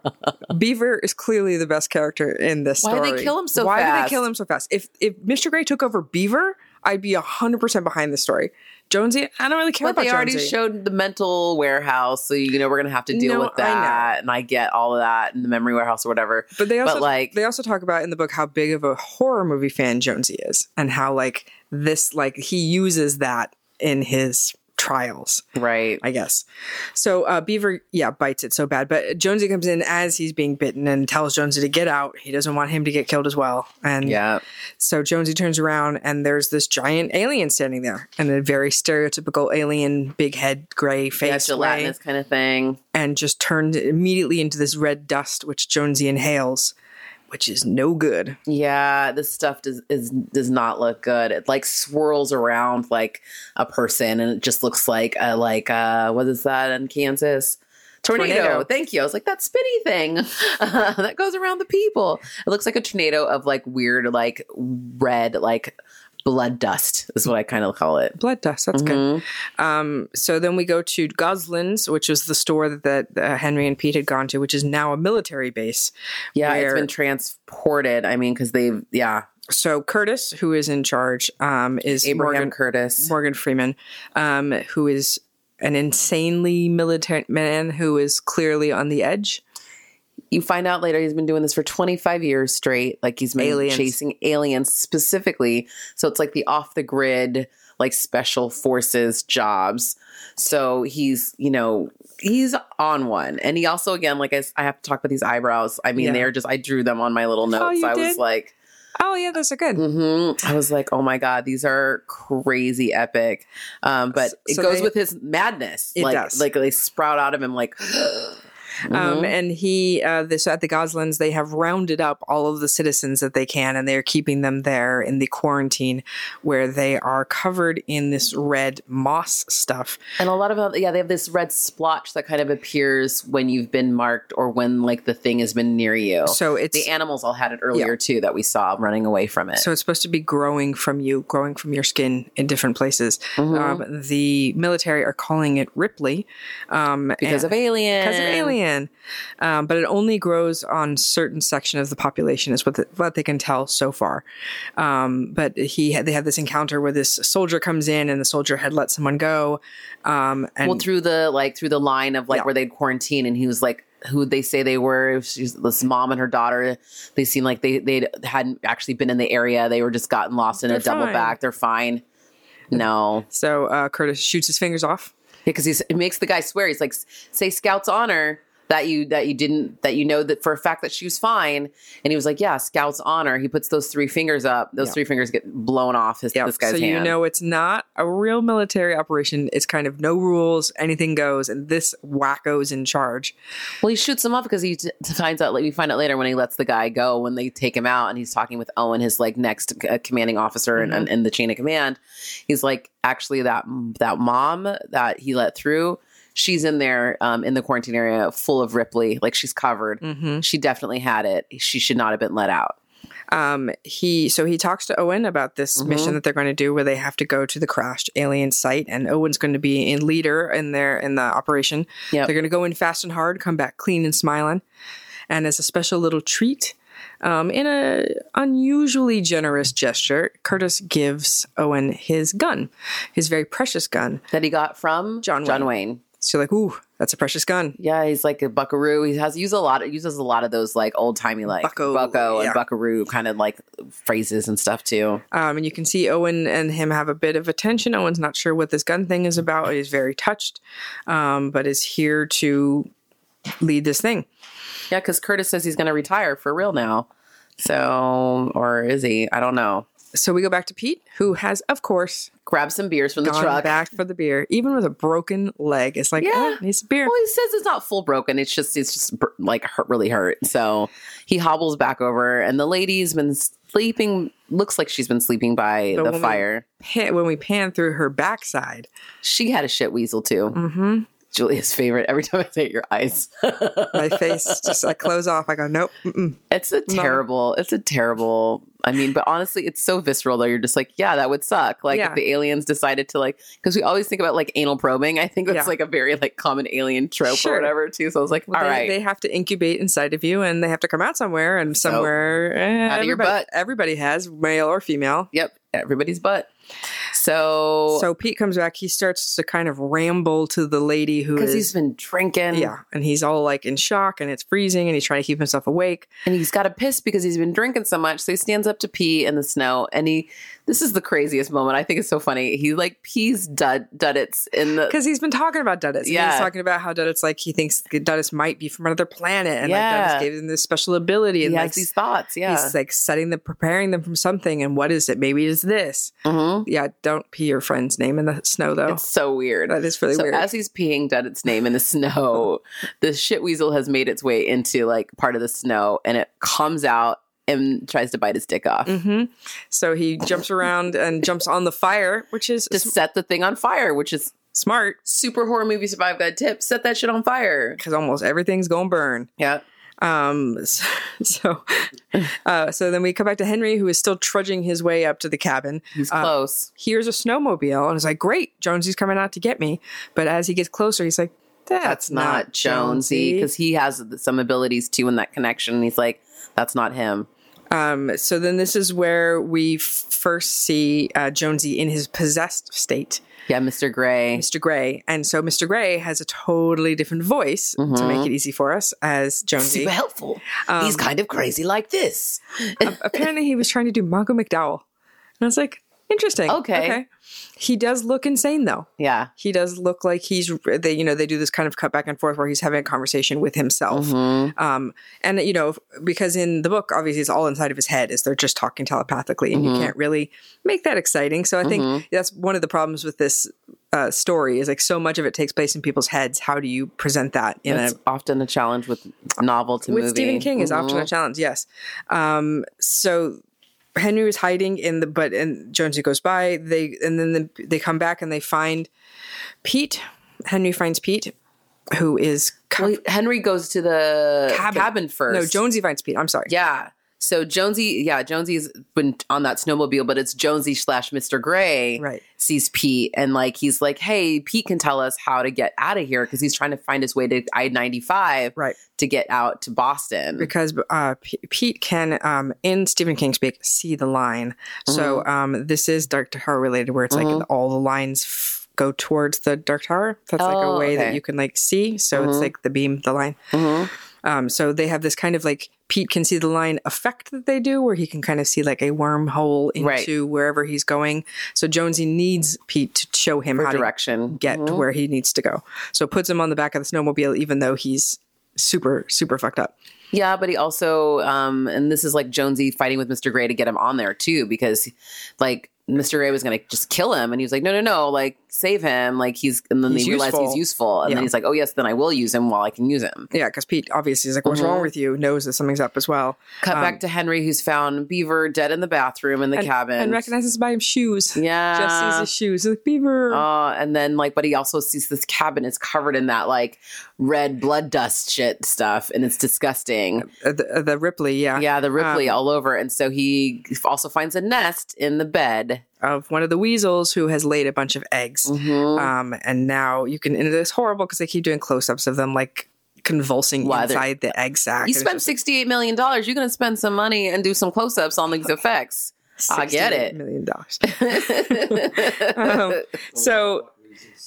Speaker 1: Beaver is clearly the best character in this
Speaker 2: Why do
Speaker 1: story.
Speaker 2: they kill him so
Speaker 1: Why do
Speaker 2: fast?
Speaker 1: they kill him so fast? If if Mr. Gray took over Beaver, I'd be hundred percent behind this story. Jonesy, I don't really care
Speaker 2: but
Speaker 1: about
Speaker 2: they already
Speaker 1: Jonesy.
Speaker 2: showed the mental warehouse so you know we're gonna have to deal
Speaker 1: No,
Speaker 2: with
Speaker 1: I know.
Speaker 2: that and i get all of that in the memory warehouse or whatever
Speaker 1: but they also
Speaker 2: like-
Speaker 1: they also talk about in the book how big of a horror movie fan Jonesy is, and how like this like he uses that in his trials.
Speaker 2: right
Speaker 1: I guess. So uh, Beaver, yeah, bites it so bad. But Jonesy comes in as he's being bitten and tells Jonesy to get out. He doesn't want him to get killed as well. And
Speaker 2: yeah
Speaker 1: so Jonesy turns around and there's this giant alien standing there and a very stereotypical alien, big head, gray
Speaker 2: yeah,
Speaker 1: face, way,
Speaker 2: gelatinous kind of thing.
Speaker 1: and just turned immediately into this red dust, which Jonesy inhales, which is no good.
Speaker 2: Yeah, this stuff does is does not look good. It like swirls around like a person, and it just looks like a like uh what is that in Kansas? Tornado.
Speaker 1: Tornado.
Speaker 2: Thank you. I was like that spinny thing <laughs> that goes around the people. It looks like a tornado of like weird like red like blood dust is what I kind of call it.
Speaker 1: Blood dust, that's good.
Speaker 2: Mhm.
Speaker 1: Um, so then we go to Goslin's, which was the store that, that uh, Henry and Pete had gone to, which is now a military base.
Speaker 2: Yeah,
Speaker 1: Where-
Speaker 2: it's been transported. I mean, because they've yeah
Speaker 1: so Curtis, who is in charge, um, is
Speaker 2: Abraham
Speaker 1: Morgan
Speaker 2: Curtis.
Speaker 1: Morgan Freeman, um, who is an insanely militant man who is clearly on the edge.
Speaker 2: you find out later he's been doing this for 25 years straight. Like he's been
Speaker 1: Aliens.
Speaker 2: chasing aliens specifically. So it's like the off the grid, like special forces jobs. So he's, you know, he's on one. And he also, again, like I, s- I have to talk about these eyebrows. I mean,
Speaker 1: Yeah.
Speaker 2: they're just, I drew them on my little notes.
Speaker 1: you
Speaker 2: I was
Speaker 1: did?
Speaker 2: like,
Speaker 1: Oh yeah, those are good.
Speaker 2: hmm I was like, oh my God, these are crazy epic. Um, but
Speaker 1: S-
Speaker 2: it
Speaker 1: so
Speaker 2: goes
Speaker 1: they-
Speaker 2: with his madness.
Speaker 1: It
Speaker 2: like,
Speaker 1: does.
Speaker 2: like <gasps> they sprout out of him like,
Speaker 1: Um,
Speaker 2: Mm-hmm.
Speaker 1: and he, uh, this, at the Goslins, they have rounded up all of the citizens that they can, and they are keeping them there in the quarantine where they are covered in this red moss stuff.
Speaker 2: And a lot of them, yeah, they have this red splotch that kind of appears when you've been marked or when like the thing has been near you.
Speaker 1: So it's
Speaker 2: the animals all had it earlier too that we saw running away from it.
Speaker 1: So it's supposed to be growing from you, growing from your skin in different places.
Speaker 2: Mm-hmm.
Speaker 1: Um, the military are calling it Ripley um,
Speaker 2: because of alien.
Speaker 1: because of alien, um, but it only grows on certain section of the population is what the, what they can tell so far. Um, but he had, they had this encounter where this soldier comes in and the soldier had let someone go. Um, and
Speaker 2: Well, through the like through the line of like
Speaker 1: Yeah.
Speaker 2: where they'd quarantine, and he was like, who they say they were. She's this mom and her daughter. They seem like they they hadn't actually been in the area. They were just gotten lost in a
Speaker 1: They're
Speaker 2: double
Speaker 1: fine.
Speaker 2: back. They're fine. No,
Speaker 1: so uh, Curtis shoots his fingers off.
Speaker 2: because he's it makes the guy swear. He's like, say Scout's honor that you that you didn't that you know that for a fact that she was fine. And he was like, yeah, Scout's honor. He puts those three fingers up. Those
Speaker 1: Yeah.
Speaker 2: three fingers get blown off his
Speaker 1: Yeah,
Speaker 2: this guy's
Speaker 1: so you
Speaker 2: hand.
Speaker 1: know it's not a real military operation. It's kind of no rules, anything goes, and this wacko's in charge.
Speaker 2: Well, he shoots him up because he t- finds out. Like we find out later when he lets the guy go when they take him out, and he's talking with Owen, his like next uh, commanding officer
Speaker 1: Mm-hmm.
Speaker 2: and and in, the chain of command. He's like, actually, that that mom that he let through, she's in there um, in the quarantine area, full of Ripley. Like she's covered. She definitely had it. She should not have been let out.
Speaker 1: um, he so he talks to Owen about this
Speaker 2: Mm-hmm.
Speaker 1: mission that they're going to do, where they have to go to the crashed alien site, and Owen's going to be in leader in their in the operation.
Speaker 2: Yep.
Speaker 1: They're going to go in fast and hard, come back clean and smiling, and as a special little treat, um, in a unusually generous gesture, Curtis gives Owen his gun, his very precious gun.
Speaker 2: That he got from
Speaker 1: John
Speaker 2: John Wayne.
Speaker 1: So you're like, ooh, that's a precious gun.
Speaker 2: Yeah, he's like a buckaroo. He has used a lot. Of, uses a lot of those like old timey like
Speaker 1: Bucko,
Speaker 2: bucko and
Speaker 1: yeah.
Speaker 2: buckaroo kind of like phrases and stuff too.
Speaker 1: Um, and you can see Owen and him have a bit of a tension. Owen's not sure what this gun thing is about. He's very touched, um, but is here to lead this thing.
Speaker 2: Yeah, because Curtis says he's going to retire for real now. So, or is he? I don't know.
Speaker 1: So we go back to Pete, who has, of course,
Speaker 2: Grab some beers from the
Speaker 1: gone
Speaker 2: truck.
Speaker 1: back for the beer, even with a broken leg. It's like,
Speaker 2: Yeah.
Speaker 1: yeah, needs a beer.
Speaker 2: Well, he says it's not full broken. It's just it's just br- like hurt, really hurt. So he hobbles back over, and the lady's been sleeping. Looks like she's been sleeping by
Speaker 1: The
Speaker 2: the,
Speaker 1: woman-
Speaker 2: fire.
Speaker 1: Pan- When we pan through her backside,
Speaker 2: She had a shit weasel too.
Speaker 1: hmm
Speaker 2: Julia's favorite. Every time I say it, your eyes. <laughs>
Speaker 1: my face just I close off. I go, nope. Mm-mm.
Speaker 2: It's a terrible, it's a terrible. I mean, but honestly, it's so visceral though. You're just like, yeah, that would suck. Like
Speaker 1: Yeah.
Speaker 2: if the aliens decided to like, because we always think about like anal probing. I think that's
Speaker 1: Yeah.
Speaker 2: like a very like common alien trope
Speaker 1: Sure.
Speaker 2: or whatever too. So I was like,
Speaker 1: Well,
Speaker 2: all
Speaker 1: they,
Speaker 2: right,
Speaker 1: they have to incubate inside of you, and they have to come out somewhere, and
Speaker 2: So,
Speaker 1: somewhere eh,
Speaker 2: out of your
Speaker 1: everybody-
Speaker 2: butt.
Speaker 1: Everybody has male or female.
Speaker 2: yep, everybody's butt. So
Speaker 1: So Pete comes back. He starts to kind of ramble to the lady who
Speaker 2: because
Speaker 1: is.
Speaker 2: he's been drinking,
Speaker 1: yeah, and he's all like in shock, and it's freezing, and he's trying to keep himself awake.
Speaker 2: and he's got a piss because he's been drinking so much. So he stands up to pee in the snow, and he. This is the craziest moment. I think it's so funny. He like pees dud duddits in the
Speaker 1: Because he's been talking about Duddits. and
Speaker 2: Yeah.
Speaker 1: He's talking about how Duddits, like, he thinks Duddits might be from another planet. And,
Speaker 2: Yeah.
Speaker 1: like, Duddits gave him this special ability.
Speaker 2: he
Speaker 1: And,
Speaker 2: has
Speaker 1: like,
Speaker 2: these thoughts. Yeah.
Speaker 1: he's, like, setting them, preparing them from something. And what is it? Maybe it is this.
Speaker 2: Mhm.
Speaker 1: Yeah, don't pee your friend's name in the snow, though.
Speaker 2: It's so Oh. weird.
Speaker 1: that is really
Speaker 2: so
Speaker 1: weird.
Speaker 2: as he's peeing down its name in the <laughs> snow, the shit weasel has made its way into like part of the snow and it comes out and tries to bite his dick off
Speaker 1: hmm So he jumps around and jumps on the fire, which is
Speaker 2: to
Speaker 1: s-
Speaker 2: set the thing on fire, which is
Speaker 1: smart
Speaker 2: super horror movie survive guide tip. Set that shit on fire.
Speaker 1: because almost everything's going to burn.
Speaker 2: Yeah.
Speaker 1: Um, <laughs> so, so, uh, so then we come back to Henry, who is still trudging his way up to the cabin.
Speaker 2: He's
Speaker 1: Uh,
Speaker 2: close.
Speaker 1: Hears a snowmobile and is like, "Great, Jonesy's coming out to get me." But as he gets closer, he's like, "That's,
Speaker 2: That's not Jonesy because he has some abilities too in that connection. And he's like, that's not him.
Speaker 1: Um, so then this is where we f- first see uh, Jonesy in his possessed state,
Speaker 2: Yeah, Mr. Gray.
Speaker 1: Mr. Gray, and so Mr. Gray has a totally different voice to make it easy for us as Jonesy.
Speaker 2: Mm-hmm. Super helpful. He's kind of crazy like this.
Speaker 1: Apparently, he was trying to do Mongo McDowell, and I was like, Interesting.
Speaker 2: Okay.
Speaker 1: He does look insane though.
Speaker 2: Yeah.
Speaker 1: He does look like he's they you know they do this kind of cut back and forth where he's having a conversation with himself.
Speaker 2: Mm-hmm.
Speaker 1: Um and you know because in the book obviously it's all inside of his head is they're just talking telepathically and you can't really make that exciting. So I think that's one of the problems with this uh, story is like so much of it takes place in people's heads. How do you present that in a
Speaker 2: It's often a challenge with novel to
Speaker 1: with
Speaker 2: movie. Mm-hmm.
Speaker 1: Stephen King is often a challenge. Yes. Um, so Henry was hiding in the but and Jonesy goes by. They and then the, they come back and they find Pete. Henry finds Pete, who is co-
Speaker 2: Wait, Henry goes to the cabin, first.
Speaker 1: No, Jonesy finds Pete. I'm sorry.
Speaker 2: Yeah. So Jonesy, yeah, Jonesy's been on that snowmobile, but it's Jonesy slash Mr. Gray
Speaker 1: Right.
Speaker 2: sees Pete and like he's like, hey, Pete can tell us how to get out of here because he's trying to find his way to I ninety five
Speaker 1: Right.
Speaker 2: to get out to Boston.
Speaker 1: because uh, P- Pete can, um, in Stephen King speak, see the line. So
Speaker 2: Mm-hmm.
Speaker 1: um, this is Dark Tower related, where it's like all the lines f- go towards the Dark Tower. That's like a
Speaker 2: Oh,
Speaker 1: way that
Speaker 2: okay. Mm-hmm.
Speaker 1: you can like see. So it's like the beam, the line. Um, so they have this kind of like Pete can see the line effect that they do, where he can kind of see like a wormhole into
Speaker 2: Right.
Speaker 1: wherever he's going. So Jonesy needs Pete to show him how to
Speaker 2: Direction.
Speaker 1: get to where he needs to go. So puts him on the back of the snowmobile, even though he's super super fucked up.
Speaker 2: Yeah, but he also, um, and this is like Jonesy fighting with Mr. Gray to get him on there too, because like Mr. Gray was gonna just kill him, and he was like, no, no, no, like save him, like he's, and then
Speaker 1: He's
Speaker 2: they realize
Speaker 1: useful.
Speaker 2: he's useful, and
Speaker 1: Yeah.
Speaker 2: then he's like, oh yes, then I will use him while I can use him.
Speaker 1: Yeah, because Pete obviously is like, "What's
Speaker 2: Mm-hmm.
Speaker 1: wrong with you?" Knows that something's up as well,
Speaker 2: Cut back to Henry, who's found Beaver dead in the bathroom in the cabin,
Speaker 1: and recognizes by his shoes.
Speaker 2: yeah,
Speaker 1: just sees his shoes. He's like Beaver.
Speaker 2: Uh, and then like, but he also sees this cabin is covered in that like red blood dust shit stuff, and it's disgusting.
Speaker 1: Uh, the, uh, the Ripley, yeah,
Speaker 2: Yeah, Um, the Ripley all over, and so he also finds a nest in the bed.
Speaker 1: of one of the weasels who has laid a bunch of eggs.
Speaker 2: Mm-hmm. Uh,
Speaker 1: Um, and now you can. And it's horrible because they keep doing close-ups of them like convulsing
Speaker 2: Wow, they're-
Speaker 1: inside the egg sack.
Speaker 2: You
Speaker 1: It's
Speaker 2: spent
Speaker 1: just
Speaker 2: sixty-eight million dollars. You're going to spend some money and do some close-ups on these effects. I get
Speaker 1: $68
Speaker 2: it.
Speaker 1: Million dollars. Um, so
Speaker 2: <laughs>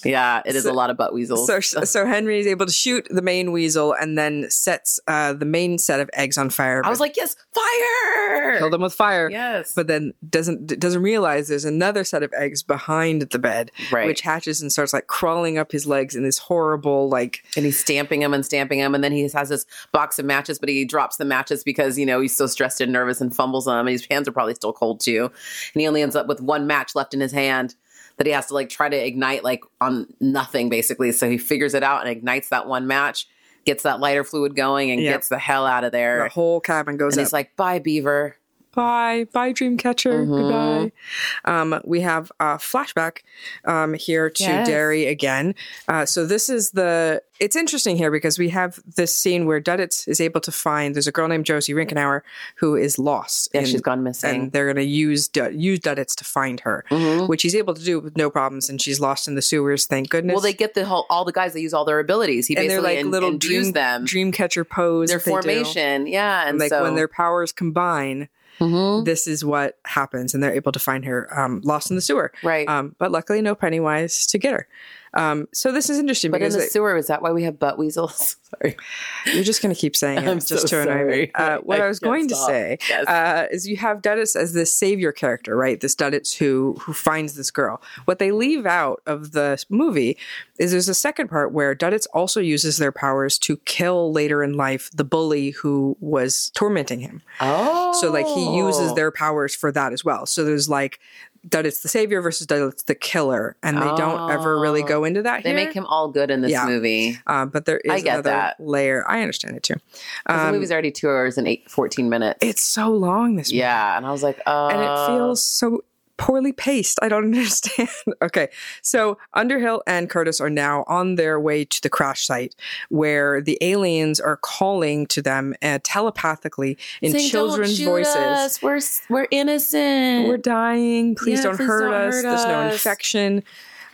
Speaker 2: Yeah, it is a lot of butt weasels.
Speaker 1: so so Henry is able to shoot the main weasel and then sets uh, the main set of eggs on fire.
Speaker 2: I was like, yes, fire!
Speaker 1: Kill them with fire.
Speaker 2: Yes,
Speaker 1: but then doesn't d- doesn't realize there's another set of eggs behind the bed
Speaker 2: Right.
Speaker 1: which hatches and starts like crawling up his legs in this horrible like
Speaker 2: and he's stamping him and stamping him, and then he has this box of matches, but he drops the matches because you know he's so stressed and nervous and fumbles them, and his hands are probably still cold too, and he only ends up with one match left in his hand that he has to like try to ignite like on nothing basically. So he figures it out and ignites that one match, gets that lighter fluid going, and
Speaker 1: Yep.
Speaker 2: gets the hell out of there.
Speaker 1: the whole cabin goes
Speaker 2: And
Speaker 1: up.
Speaker 2: he's like, bye, Beaver.
Speaker 1: bye bye dreamcatcher
Speaker 2: Mm-hmm.
Speaker 1: goodbye um, we have a flashback um, here to
Speaker 2: Yes.
Speaker 1: derry again uh, so this is the it's interesting here because we have this scene where Duddits is able to find there's a girl named josie rinkenauer who is lost
Speaker 2: Yeah,
Speaker 1: in-
Speaker 2: she's gone missing. Mm-hmm.
Speaker 1: and they're going to use Dud- use Duddits to find her, which he's able to do with no problems. And she's lost in the sewers, thank goodness.
Speaker 2: well, they get the whole all the guys. They use all their abilities. He
Speaker 1: and
Speaker 2: basically
Speaker 1: they're like
Speaker 2: in-
Speaker 1: little
Speaker 2: imbues
Speaker 1: dream,
Speaker 2: them
Speaker 1: dream catcher pose.
Speaker 2: their
Speaker 1: that they do.
Speaker 2: formation. Yeah, and
Speaker 1: And like
Speaker 2: so
Speaker 1: when their powers combine,
Speaker 2: Mhm.
Speaker 1: this is what happens, and they're able to find her um, lost in the sewer.
Speaker 2: right.
Speaker 1: Um, but luckily, no Pennywise to get her. Um, so this is interesting
Speaker 2: but in
Speaker 1: because
Speaker 2: the
Speaker 1: it-
Speaker 2: sewer, is that why we have butt weasels? <laughs> Sorry,
Speaker 1: you're just going to keep
Speaker 2: <laughs>
Speaker 1: saying it
Speaker 2: I'm
Speaker 1: just
Speaker 2: so
Speaker 1: to annoy me.
Speaker 2: sorry.
Speaker 1: Uh, what I,
Speaker 2: I
Speaker 1: was
Speaker 2: can't
Speaker 1: going
Speaker 2: stop.
Speaker 1: to say
Speaker 2: Yes.
Speaker 1: uh, is you have Duddits as this savior character, right? This Duddits who who finds this girl. What they leave out of the movie is there's a second part where Duddits also uses their powers to kill later in life the bully who was tormenting him.
Speaker 2: Oh,
Speaker 1: Uh, So like he uses their powers for that as well. So there's like Duddits the savior versus Duddits the killer, and they don't ever really go into that.
Speaker 2: Oh. They
Speaker 1: here.
Speaker 2: make him all good in this
Speaker 1: Yeah.
Speaker 2: movie.
Speaker 1: Uh, but there is
Speaker 2: I get
Speaker 1: another
Speaker 2: that.
Speaker 1: layer. I understand it too.
Speaker 2: 'Cause
Speaker 1: Um,
Speaker 2: the movie's already two hours and eight, 14 minutes.
Speaker 1: it's so long this yeah
Speaker 2: yeah, and I was like, uh,
Speaker 1: and it feels so poorly paced i don't <laughs> understand okay so underhill and curtis are now on their way to the crash site where the aliens are calling to them uh, telepathically in
Speaker 2: saying, "Don't
Speaker 1: children's
Speaker 2: shoot
Speaker 1: voices
Speaker 2: us. We're s- we're innocent.
Speaker 1: we're dying please
Speaker 2: Eh, Yeah,
Speaker 1: don't
Speaker 2: please
Speaker 1: hurt
Speaker 2: don't
Speaker 1: us
Speaker 2: hurt
Speaker 1: there's no
Speaker 2: us."
Speaker 1: infection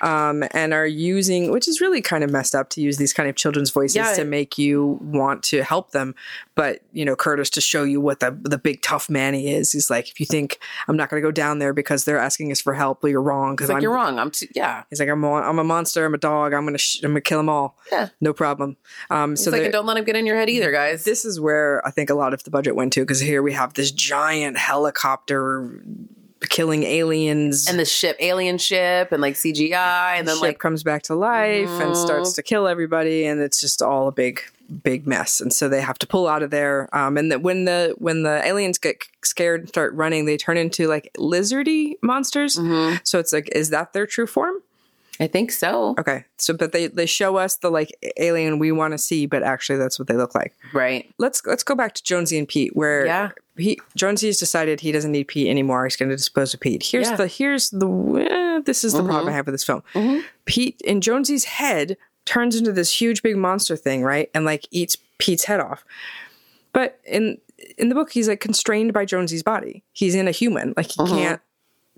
Speaker 1: um, and are using which is really kind of messed up to use these kind of children's voices
Speaker 2: Yeah.
Speaker 1: to make you want to help them but you know curtis to show you what the the big tough man he is he's like if you think i'm not going to go down there because they're asking us for help well, you're wrong because
Speaker 2: It's like
Speaker 1: i'm
Speaker 2: you're wrong. I'm too, yeah.
Speaker 1: he's like I'm a, I'm a monster i'm a dog i'm going to sh- i'm going to kill them all
Speaker 2: Yeah.
Speaker 1: no problem um,
Speaker 2: So
Speaker 1: so
Speaker 2: like,
Speaker 1: they
Speaker 2: and don't let him get in your head either, guys.
Speaker 1: this is where I think a lot of the budget went to because here we have this giant helicopter killing aliens
Speaker 2: and the ship, alien ship, and like CGI, and then
Speaker 1: ship
Speaker 2: like Mm-hmm.
Speaker 1: comes back to life and starts to kill everybody, and it's just all a big, big mess. And so they have to pull out of there. Um, and that when the when the aliens get scared and start running, they turn into like lizardy monsters.
Speaker 2: Mm-hmm.
Speaker 1: So it's like, is that their true form?
Speaker 2: I think so,
Speaker 1: Okay. So, but they they show us the like alien we want to see, but actually that's what they look like.
Speaker 2: right?
Speaker 1: Let's let's go back to Jonesy and Pete, where
Speaker 2: Yeah.
Speaker 1: he Jonesy's decided he doesn't need Pete anymore. He's going to dispose of Pete. Here's
Speaker 2: Yeah. Mm-hmm.
Speaker 1: the here's the eh, this is the problem I have with this film. Pete in Jonesy's head turns into this huge big monster thing, right, and like eats Pete's head off. But in in the book, he's like constrained by Jonesy's body. He's in a human, like he
Speaker 2: Mm-hmm.
Speaker 1: can't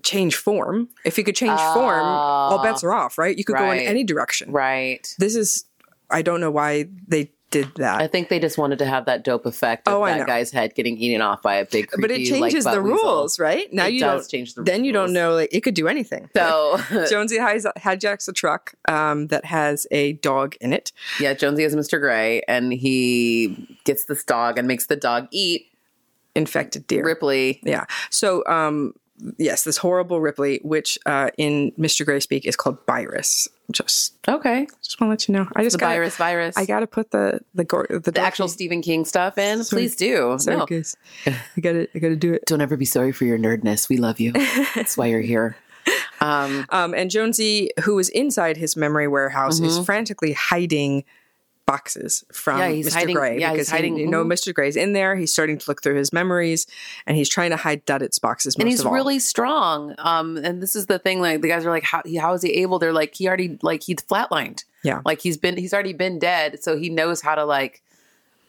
Speaker 1: change form. If he could change form, all bets are off, right? You could go in
Speaker 2: Ah. Right.
Speaker 1: any direction
Speaker 2: Right.
Speaker 1: this is I don't know why they did that.
Speaker 2: I think they just wanted to have that dope effect of
Speaker 1: Oh, I
Speaker 2: that
Speaker 1: know.
Speaker 2: guy's head getting eaten off by a big. Creepy,
Speaker 1: but it changes
Speaker 2: like,
Speaker 1: the
Speaker 2: butt weasel.
Speaker 1: rules, right? Now
Speaker 2: It
Speaker 1: you
Speaker 2: does
Speaker 1: don't
Speaker 2: change the
Speaker 1: then you don't
Speaker 2: rules.
Speaker 1: know like it could do anything.
Speaker 2: So <laughs>
Speaker 1: Jonesy hides- hijacks a truck um, that has a dog in it.
Speaker 2: yeah, Jonesy is Mr. Gray, and he gets this dog and makes the dog eat
Speaker 1: Infected deer.
Speaker 2: Ripley.
Speaker 1: Yeah. So um, yes, this horrible Ripley, which uh, in Mr. Gray speak is called virus. Just
Speaker 2: Okay,
Speaker 1: just want to let you know. I just
Speaker 2: the
Speaker 1: gotta,
Speaker 2: virus, virus.
Speaker 1: I got to put the the gore, the,
Speaker 2: the actual Stephen King stuff in.
Speaker 1: Sorry.
Speaker 2: Please do.
Speaker 1: Sorry,
Speaker 2: no.
Speaker 1: guys. I got to I got to do it.
Speaker 2: Don't ever be sorry for your nerdness. We
Speaker 1: <laughs>
Speaker 2: love you. That's why you're here. <laughs> Um,
Speaker 1: Um, and Jonesy, who is inside his memory warehouse, is frantically hiding boxes from
Speaker 2: Mm-hmm. Yeah, he's
Speaker 1: Mr.
Speaker 2: hiding-
Speaker 1: Gray
Speaker 2: yeah, he's
Speaker 1: because he-
Speaker 2: hiding-
Speaker 1: you know
Speaker 2: mhm.
Speaker 1: Mr. Gray's in there. He's starting to look through his memories, and he's trying to hide Duddit's boxes. Most
Speaker 2: and he's
Speaker 1: of all.
Speaker 2: really strong. Um, and this is the thing. Like the guys are like, how, he- how is he able? They're like, he already like he's flatlined.
Speaker 1: Yeah.
Speaker 2: like he's been he's already been dead. So he knows how to like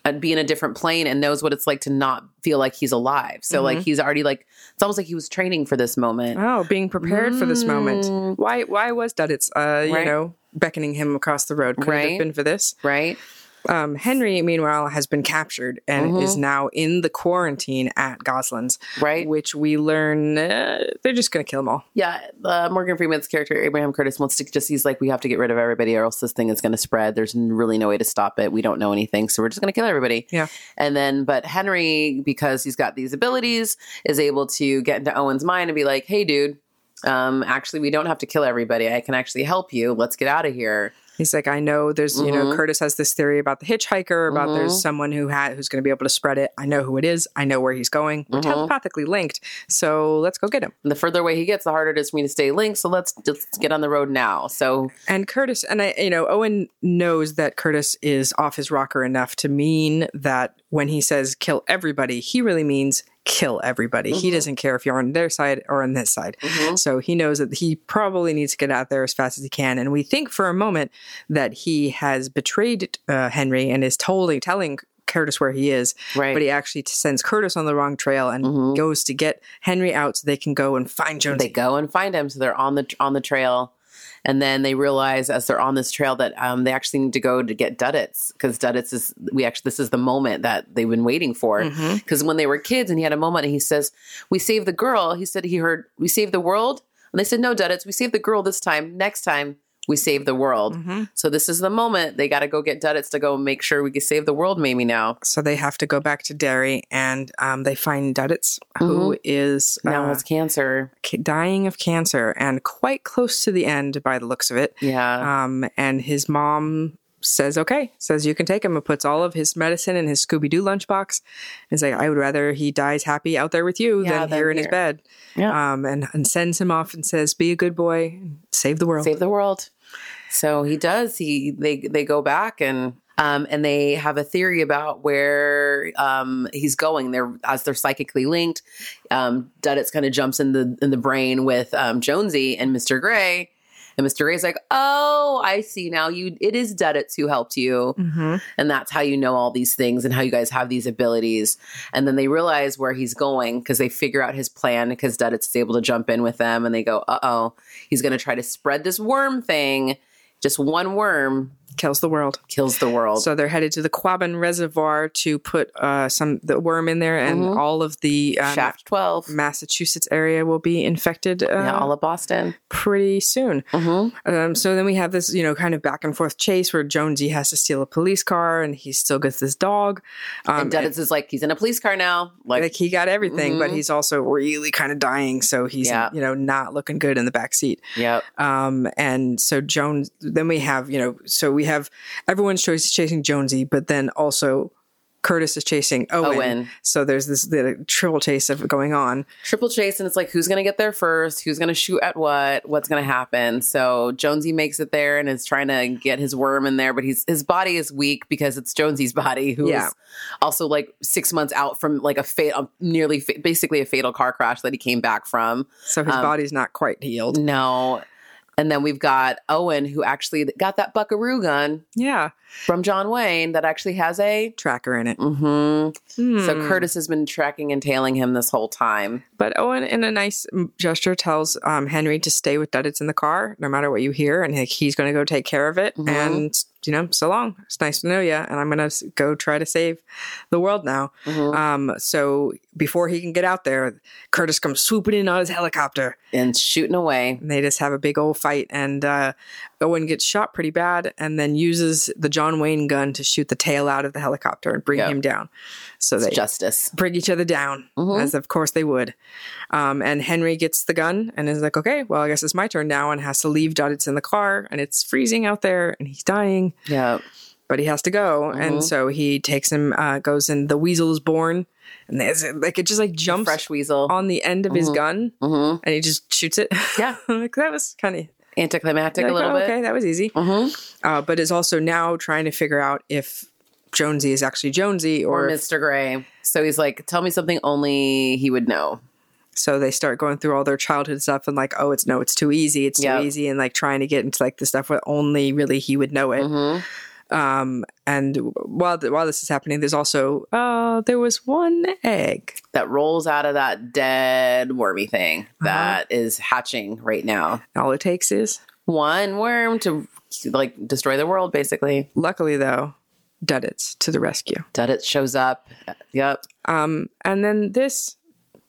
Speaker 2: uh, be in a different plane and knows what it's like to not feel like he's alive. So
Speaker 1: Mm-hmm.
Speaker 2: like he's already like it's almost like he was training for this moment.
Speaker 1: oh being prepared for this moment. Why? Why was Duddit's? Uh, you
Speaker 2: Mm. Right.
Speaker 1: know. Beckoning him across the road could it have
Speaker 2: Right.
Speaker 1: been for this.
Speaker 2: Right?
Speaker 1: Um, Henry, meanwhile, has been captured and
Speaker 2: Mm-hmm.
Speaker 1: is now in the quarantine at Goslin's,
Speaker 2: Right.
Speaker 1: which we learn uh, they're just going to kill him all.
Speaker 2: Yeah, uh, Morgan Freeman's character Abraham Curtis wants to just he's like we have to get rid of everybody or else this thing is going to spread. There's n- really no way to stop it. We don't know anything, so we're just going to kill everybody.
Speaker 1: Yeah.
Speaker 2: And then but Henry because he's got these abilities is able to get into Owen's mind and be like, "Hey dude, um actually we don't have to kill everybody. I can actually help you. Let's get out of here."
Speaker 1: He's like, I know there's, you know, Curtis has this theory about the hitchhiker, about there's someone who had who's going to be able to spread it. I know who it is. I know where he's going. We're telepathically linked, so let's go get him.
Speaker 2: And the further away he gets, the harder it is for me to stay linked, so let's just get on the road now. So
Speaker 1: And Curtis, and I, you know, Owen knows that Curtis is off his rocker enough to mean that when he says kill everybody, he really means kill everybody. He doesn't care if you're on their side or on this side. So he knows that he probably needs to get out there as fast as he can. And we think for a moment that he has betrayed uh, Henry and is totally telling Curtis where he is.
Speaker 2: Right.
Speaker 1: But he actually sends Curtis on the wrong trail and
Speaker 2: mm-hmm.
Speaker 1: goes to get Henry out so they can go and find Jonesy.
Speaker 2: they go and find him. So they're on the on the trail, and then they realize as they're on this trail that um, they actually need to go to get Duddits because Duddits is we actually this is the moment that they've been waiting for
Speaker 1: Hmm. Mm-hmm,
Speaker 2: because when they were kids and he had a moment and he says we saved the girl. He said he heard we saved the world, and they said no Duddits we saved the girl this time. Next time we save the world.
Speaker 1: Hmm. mm-hmm.
Speaker 2: So this is the moment they got to go get Duddits to go make sure we can save the world. Maybe now.
Speaker 1: so they have to go back to Derry and um, they find Duddits, who is
Speaker 2: Mm-hmm. Now
Speaker 1: uh,
Speaker 2: has cancer.
Speaker 1: ca- dying of cancer and quite close to the end by the looks of it.
Speaker 2: Yeah.
Speaker 1: Um, and his mom says, okay, says you can take him and puts all of his medicine in his Scooby Doo lunchbox. It's like, I would rather he dies happy out there with you
Speaker 2: Yeah,
Speaker 1: than here
Speaker 2: than
Speaker 1: in his
Speaker 2: here.
Speaker 1: bed.
Speaker 2: Yeah.
Speaker 1: Um, and, and sends him off and says, be a good boy, and save the world.
Speaker 2: save the world. So he does. He they they go back and um and they have a theory about where um he's going. They're as they're psychically linked. Um, Duddits kind of jumps in the in the brain with um, Jonesy and Mr. Gray. And Mr. Gray's like, oh, I see now. You, it is Duddits who helped you,
Speaker 1: Mm-hmm.
Speaker 2: and that's how you know all these things and how you guys have these abilities. And then they realize where he's going because they figure out his plan because Duddits is able to jump in with them, and they go, uh oh, he's going to try to spread this worm thing, just one worm
Speaker 1: kills the world.
Speaker 2: Kills the world.
Speaker 1: So they're headed to the Quabbin Reservoir to put uh, some the worm in there, and all of the um,
Speaker 2: Mm-hmm. Shaft 12.
Speaker 1: Massachusetts area will be infected uh,
Speaker 2: yeah, all of Boston.
Speaker 1: pretty soon.
Speaker 2: Mm-hmm.
Speaker 1: Um, so then we have this, you know, kind of back and forth chase where Jonesy has to steal a police car, and he still gets this dog. Um,
Speaker 2: and Dennis is like, he's in a police car now. Like,
Speaker 1: like he got everything, but
Speaker 2: Mhm.
Speaker 1: he's also really kind of dying, so he's
Speaker 2: Yeah.
Speaker 1: you know not looking good in the back seat.
Speaker 2: yep.
Speaker 1: Um, and so Jones, then we have, you know, so we have everyone's choice is chasing Jonesy, but then also Curtis is chasing Owen.
Speaker 2: Owen.
Speaker 1: So there's this the triple chase of going on.
Speaker 2: Triple chase, and it's like, who's going to get there first? Who's going to shoot at what? What's going to happen? So Jonesy makes it there and is trying to get his worm in there, but he's his body is weak because it's Jonesy's body, who is
Speaker 1: Yeah.
Speaker 2: also like six months out from like a fate, a nearly fa- basically a fatal car crash that he came back from.
Speaker 1: So his
Speaker 2: Um,
Speaker 1: body's not quite healed.
Speaker 2: No. And then we've got Owen, who actually got that buckaroo gun
Speaker 1: Yeah.
Speaker 2: from John Wayne that actually has a.
Speaker 1: Tracker in it.
Speaker 2: Mm-hmm. So
Speaker 1: Hmm.
Speaker 2: Curtis has been tracking and tailing him this whole time.
Speaker 1: But Owen, in a nice gesture, tells um, Henry to stay with Duddits in the car, no matter what you hear, and he- he's going to go take care of it.
Speaker 2: Mhm.
Speaker 1: And you know, so long. It's nice to know you, and I'm going to go try to save the world now.
Speaker 2: Mhm.
Speaker 1: Um, so before he can get out there, Curtis comes swooping in on his helicopter,
Speaker 2: and shooting away.
Speaker 1: and they just have a big old fight. And uh, Owen gets shot pretty bad, and then uses the John Wayne gun to shoot the tail out of the helicopter and bring
Speaker 2: Yep.
Speaker 1: him down. So
Speaker 2: It's
Speaker 1: they
Speaker 2: justice.
Speaker 1: bring each other down,
Speaker 2: Mhm.
Speaker 1: as of course they would. Um, and Henry gets the gun and is like, okay, well, I guess it's my turn now, and has to leave. Doddit's in the car, and it's freezing out there, and he's dying,
Speaker 2: Yeah.
Speaker 1: but he has to go.
Speaker 2: Mhm.
Speaker 1: And so he takes him, uh, goes in. The weasel is born, and there's like it just like jumps
Speaker 2: Fresh weasel.
Speaker 1: on the end of his
Speaker 2: Mhm.
Speaker 1: gun,
Speaker 2: hmm
Speaker 1: and he just shoots it. <laughs>
Speaker 2: Yeah.
Speaker 1: like that was kind of
Speaker 2: Anticlimactic a little
Speaker 1: Okay, that was easy.
Speaker 2: bit. hmm
Speaker 1: Uh, but is also now trying to figure out if Jonesy is actually Jonesy
Speaker 2: Or
Speaker 1: or, if
Speaker 2: Mr. Gray. So he's like, tell me something only he would know.
Speaker 1: So they start going through all their childhood stuff and like, oh, it's no, it's too easy, it's
Speaker 2: Yeah.
Speaker 1: too easy, and like trying to get into like the stuff where only really he would know it.
Speaker 2: Mhm.
Speaker 1: Um, and while th- while this is happening, there's also uh, there was one egg.
Speaker 2: That rolls out of that dead wormy thing
Speaker 1: Uh-huh.
Speaker 2: that is hatching right now.
Speaker 1: All it takes is,
Speaker 2: One worm to like destroy the world, basically.
Speaker 1: luckily though, Duddits to the rescue.
Speaker 2: Duddit shows up. Yep.
Speaker 1: Um, and then this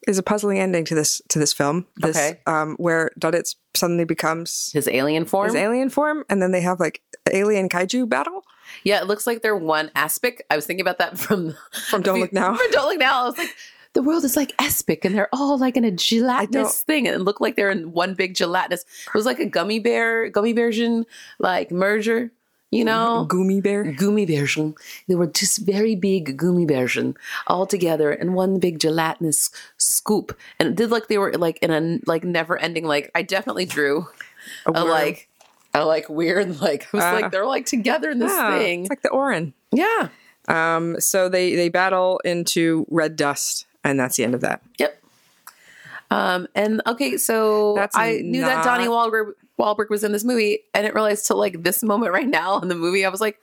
Speaker 1: is a puzzling ending to this to this film. This,
Speaker 2: Okay.
Speaker 1: um, where Duddits suddenly becomes
Speaker 2: His alien form.
Speaker 1: his alien form, and then they have like alien kaiju battle
Speaker 2: Yeah, it looks like they're one aspic. I was thinking about that <laughs> from
Speaker 1: from Don't Look Now.
Speaker 2: From <laughs> Don't Look Now. I was like, the world is like aspic, and they're all like in a gelatinous
Speaker 1: don't-
Speaker 2: thing, and it looked like they're in one big gelatinous. It was like a gummy bear, gummy version, like merger. You know,
Speaker 1: Gummy bear.
Speaker 2: Mm-hmm. gummy version. They were just very big gummy version all together in one big gelatinous scoop, and it did like they were like in a like never ending. Like I definitely drew a
Speaker 1: worm.
Speaker 2: like. a like weird, like I was
Speaker 1: Ah.
Speaker 2: like they're like together in this
Speaker 1: Yeah,
Speaker 2: thing.
Speaker 1: It's like the Orin.
Speaker 2: yeah,
Speaker 1: Um, so they they battle into red dust, and that's the end of that.
Speaker 2: Yep. Um, and okay, so
Speaker 1: That's
Speaker 2: I knew
Speaker 1: not-
Speaker 2: that Donnie Wahlberg, Wahlberg was in this movie. I didn't realize till like this moment right now in the movie, I was like,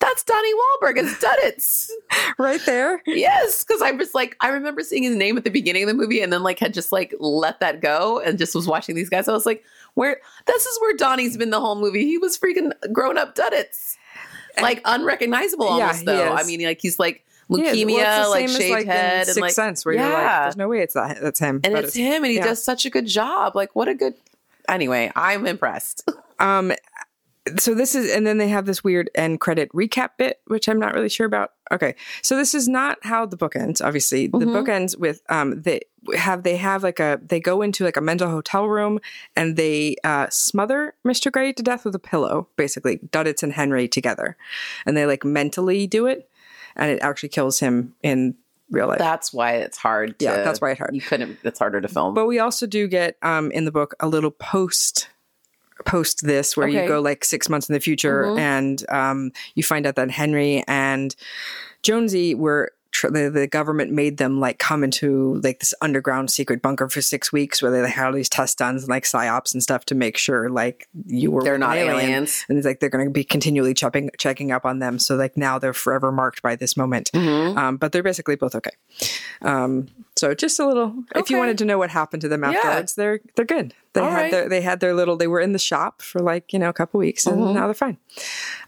Speaker 2: that's Donnie Wahlberg. It's
Speaker 1: <laughs>
Speaker 2: Duddits.
Speaker 1: Right there.
Speaker 2: yes. Cause I was like, I remember seeing his name at the beginning of the movie and then like had just like let that go and just was watching these guys. I was like, where this is where Donnie's been the whole movie. He was freaking grown up Duddits. Like unrecognizable
Speaker 1: Eh, Yeah,
Speaker 2: almost
Speaker 1: he
Speaker 2: though.
Speaker 1: is.
Speaker 2: I mean, like he's like
Speaker 1: Yeah,
Speaker 2: leukemia,
Speaker 1: well,
Speaker 2: like
Speaker 1: it's the same
Speaker 2: shaved
Speaker 1: as, like, in
Speaker 2: head and
Speaker 1: Sixth
Speaker 2: like
Speaker 1: Sense, where you're
Speaker 2: Yeah.
Speaker 1: like, there's no way it's that that's him.
Speaker 2: and
Speaker 1: but
Speaker 2: it's, him and he
Speaker 1: yeah.
Speaker 2: does such a good job like what a good anyway i'm
Speaker 1: <laughs>
Speaker 2: impressed
Speaker 1: um, so this is, and then they have this weird end credit recap bit, which I'm not really sure about. Okay, so this is not how the book ends. Obviously, the
Speaker 2: Mhm.
Speaker 1: book ends with um, they have they have like a they go into like a mental hotel room and they uh, smother Mr. Gray to death with a pillow, basically Duddits and Henry together, and they like mentally do it, and it actually kills him in real life.
Speaker 2: that's why it's hard to,
Speaker 1: yeah, that's why it hurt.
Speaker 2: you couldn't it's harder to film
Speaker 1: But we also do get um, in the book a little post post this where
Speaker 2: Okay.
Speaker 1: you go like six months in the future
Speaker 2: Mhm.
Speaker 1: and um, you find out that Henry and Jonesy were. tr- The, the government made them like come into like this underground secret bunker for six weeks where they had all these test guns and like psyops and stuff to make sure like you were
Speaker 2: they're
Speaker 1: an
Speaker 2: not
Speaker 1: alien.
Speaker 2: aliens
Speaker 1: and it's like they're going to be continually checking checking up on them so like now they're forever marked by this moment
Speaker 2: Mhm.
Speaker 1: um, but they're basically both okay. Um, so just a little. If you
Speaker 2: Okay.
Speaker 1: wanted to know what happened to them
Speaker 2: Yeah.
Speaker 1: afterwards, they're they're good. They
Speaker 2: All
Speaker 1: had
Speaker 2: right.
Speaker 1: their they had their little. They were in the shop for like you know a couple weeks, and now they're fine.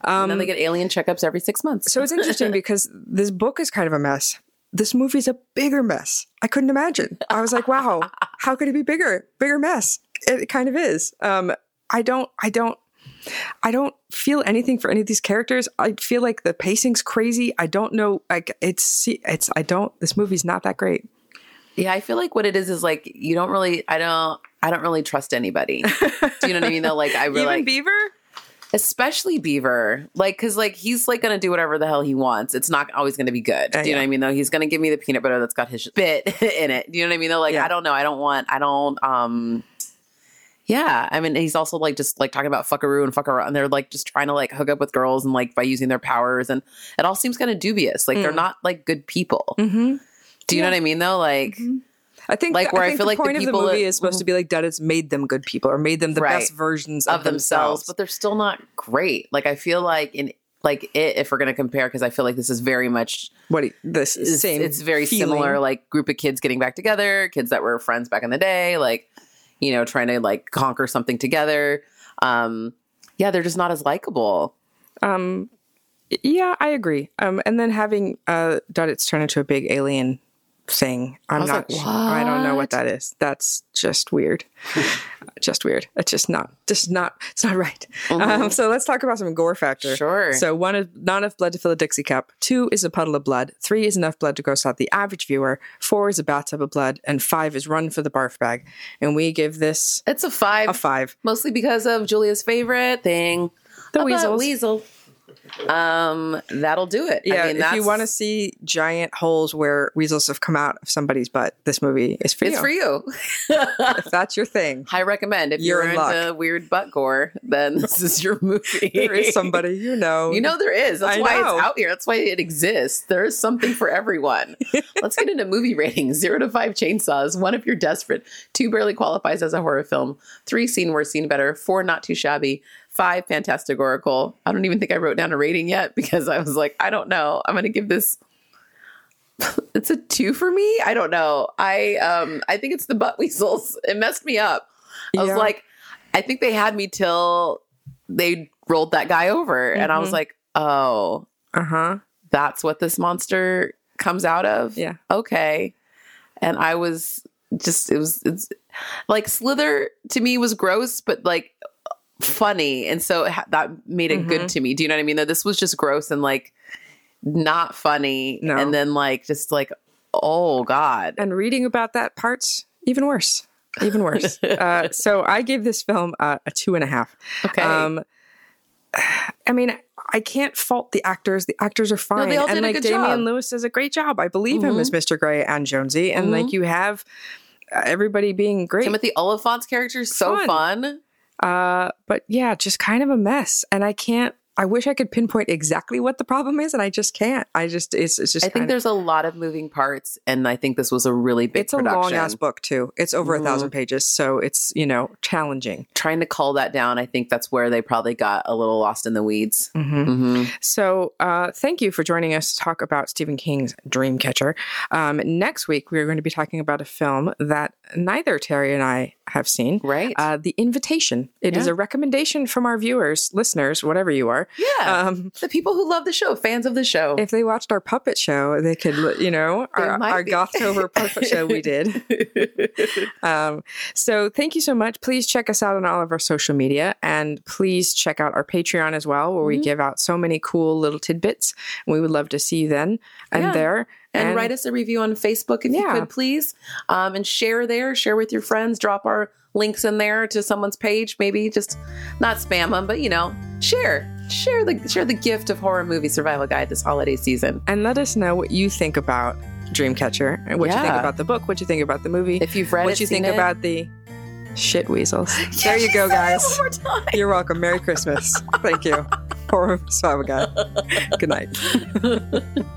Speaker 2: and then they get alien checkups every six months.
Speaker 1: um, So it's <laughs> interesting because this book is kind of a mess. This movie's a bigger mess. I couldn't imagine. I was like, wow, how could it be bigger? Bigger mess. It kind of is. Um, I don't. I don't. I don't feel anything for any of these characters. I feel like the pacing's crazy. I don't know. Like it's. It's. I don't. This movie's not that great.
Speaker 2: Yeah, I feel like what it is is like you don't really. I don't. I don't really
Speaker 1: <laughs>
Speaker 2: trust anybody. Do you know what I mean? Though, like I really, like,
Speaker 1: Beaver.
Speaker 2: especially Beaver, like because like he's like gonna do whatever the hell he wants. It's not always gonna be good. Do
Speaker 1: Uh,
Speaker 2: you know
Speaker 1: yeah.
Speaker 2: what I mean? Though he's gonna give me the peanut butter that's got his <laughs> bit in it. Do you know what I mean? Though, like
Speaker 1: Yeah.
Speaker 2: I don't know. I don't want. I don't. um yeah, I mean, he's also like just like talking about fuckaroo and fucker, and they're like just trying to like hook up with girls and like by using their powers, and it all seems kind of dubious. Like they're not like good people.
Speaker 1: Mm-hmm.
Speaker 2: Do you know
Speaker 1: Mm. Yeah. Mm-hmm.
Speaker 2: what I mean? Though, like
Speaker 1: I think
Speaker 2: Like, where I
Speaker 1: think the
Speaker 2: feel like the
Speaker 1: point of the
Speaker 2: people that-
Speaker 1: movie is supposed to be like that. It's made them good people or made them the
Speaker 2: Right.
Speaker 1: best versions
Speaker 2: of themselves, but they're still not great. Like I feel like in like it, if we're gonna compare, because I feel like this is very much
Speaker 1: What he- this
Speaker 2: it's,
Speaker 1: same?
Speaker 2: it's very
Speaker 1: feeling.
Speaker 2: similar, like group of kids getting back together, kids that were friends back in the day, like you know, trying to like conquer something together. Um, yeah, they're just not as likable.
Speaker 1: Um, yeah, I agree. Um, and then having uh, Duddits turn into a big alien thing, I'm
Speaker 2: was
Speaker 1: not.
Speaker 2: like,
Speaker 1: sh- I don't know what that is. That's just weird. <laughs> just weird. It's just not. Just not. It's not right. Um, so let's talk about some gore factor.
Speaker 2: Mm-hmm. Sure.
Speaker 1: So one is not enough blood to fill a Dixie cup. Two is a puddle of blood. Three is enough blood to gross out the average viewer. Four is a bathtub of blood, and five is run for the barf bag. And we give this
Speaker 2: It's a five,
Speaker 1: a five.
Speaker 2: mostly because of Julia's favorite thing,
Speaker 1: The
Speaker 2: about
Speaker 1: weasels.
Speaker 2: Weasel. Um, that'll do it. I
Speaker 1: Yeah,
Speaker 2: mean,
Speaker 1: if you
Speaker 2: that's-
Speaker 1: want to see giant holes where weasels have come out of somebody's butt, this movie is for
Speaker 2: it's
Speaker 1: you.
Speaker 2: for you.
Speaker 1: If that's your thing,
Speaker 2: <laughs> I recommend if
Speaker 1: You're
Speaker 2: you're,
Speaker 1: in
Speaker 2: into weird butt gore, then <laughs> this is your movie.
Speaker 1: there is somebody
Speaker 2: <laughs>
Speaker 1: you know.
Speaker 2: You know there is. That's
Speaker 1: I
Speaker 2: why
Speaker 1: know.
Speaker 2: it's out here. That's why it exists. There is something
Speaker 1: <laughs>
Speaker 2: for everyone. Let's get into movie ratings. Zero to five chainsaws. One if you're desperate. Two barely qualifies as a horror film. Three seen worse, seen better. Four not too shabby. Five fantasticorical. I don't even think I wrote down a rating yet <laughs> because I was like, I don't know. I'm gonna give this. <laughs> it's a two for me. I don't know. I um I think it's the butt weasels. It messed me up. I was
Speaker 1: Yeah.
Speaker 2: like, I think they had me till they rolled that guy over, and I
Speaker 1: Mm-hmm.
Speaker 2: was like, oh,
Speaker 1: Uh huh.
Speaker 2: that's what this monster comes out of.
Speaker 1: Yeah.
Speaker 2: Okay. And I was just it was it's like Slither to me was gross, but like funny, and so it ha- that made it
Speaker 1: Mm-hmm.
Speaker 2: good to me. Do you know what I mean? Though this was just gross and like not funny,
Speaker 1: No.
Speaker 2: and then like just like oh god,
Speaker 1: And reading about that part's even worse. Even worse.
Speaker 2: <laughs>
Speaker 1: uh, so I gave this film uh, a two and a half.
Speaker 2: okay.
Speaker 1: Um, <sighs> I mean, I can't fault the actors. The actors are fine.
Speaker 2: all
Speaker 1: and
Speaker 2: did a
Speaker 1: like
Speaker 2: good
Speaker 1: Damian
Speaker 2: job. Mm-hmm.
Speaker 1: Lewis does a great job. I believe him as Mr. Gray and Jonesy. And like you have uh, everybody being great.
Speaker 2: Timothy Oliphant's character is so
Speaker 1: Fun.
Speaker 2: fun.
Speaker 1: Uh, but yeah, just kind of a mess. And I can't. I wish I could pinpoint exactly what the problem is, and I just can't. I just it's, it's just.
Speaker 2: I think
Speaker 1: kind of-
Speaker 2: there's a lot of moving parts, and I think this was a really big
Speaker 1: it's a
Speaker 2: production. Mm-hmm.
Speaker 1: long ass book too. It's over a thousand pages, so it's you know challenging.
Speaker 2: Trying to call that down, I think that's where they probably got a little lost in the weeds. Mm-hmm.
Speaker 1: So uh, thank you for joining us to talk about Stephen King's Dreamcatcher. Um, next week we are going to be talking about a film that neither Terry and I have seen.
Speaker 2: Right?
Speaker 1: Uh, the Invitation. It is
Speaker 2: Yeah.
Speaker 1: a recommendation from our viewers, listeners, whatever you are.
Speaker 2: yeah.
Speaker 1: Um,
Speaker 2: the people who love the show, fans of the show.
Speaker 1: if they watched our puppet show, they could, you know,
Speaker 2: They
Speaker 1: our,
Speaker 2: might
Speaker 1: our
Speaker 2: be.
Speaker 1: Gothtober puppet show we
Speaker 2: <laughs>
Speaker 1: did. Um, so thank you so much. Please check us out on all of our social media and please check out our Patreon as well, where we
Speaker 2: Mm-hmm.
Speaker 1: give out so many cool little tidbits. We would love to see you then and
Speaker 2: Yeah.
Speaker 1: there.
Speaker 2: and, write us a review on Facebook if
Speaker 1: Yeah.
Speaker 2: you could, please. Um, and share there, share with your friends, drop our links in there to someone's page, maybe just not spam them, but you know, share. Share the share the gift of horror movie survival guide this holiday season.
Speaker 1: and let us know what you think about Dreamcatcher and what you think
Speaker 2: Yeah.
Speaker 1: about the book, what you think about the movie,
Speaker 2: If you've read
Speaker 1: what
Speaker 2: it,
Speaker 1: you think
Speaker 2: seen it.
Speaker 1: about the shit weasels.
Speaker 2: Yeah,
Speaker 1: there you
Speaker 2: she <laughs>
Speaker 1: go,
Speaker 2: said it
Speaker 1: guys.
Speaker 2: One more time.
Speaker 1: You're welcome.
Speaker 2: <laughs>
Speaker 1: Merry Christmas. Thank you. Horror Survival Guide. Good night.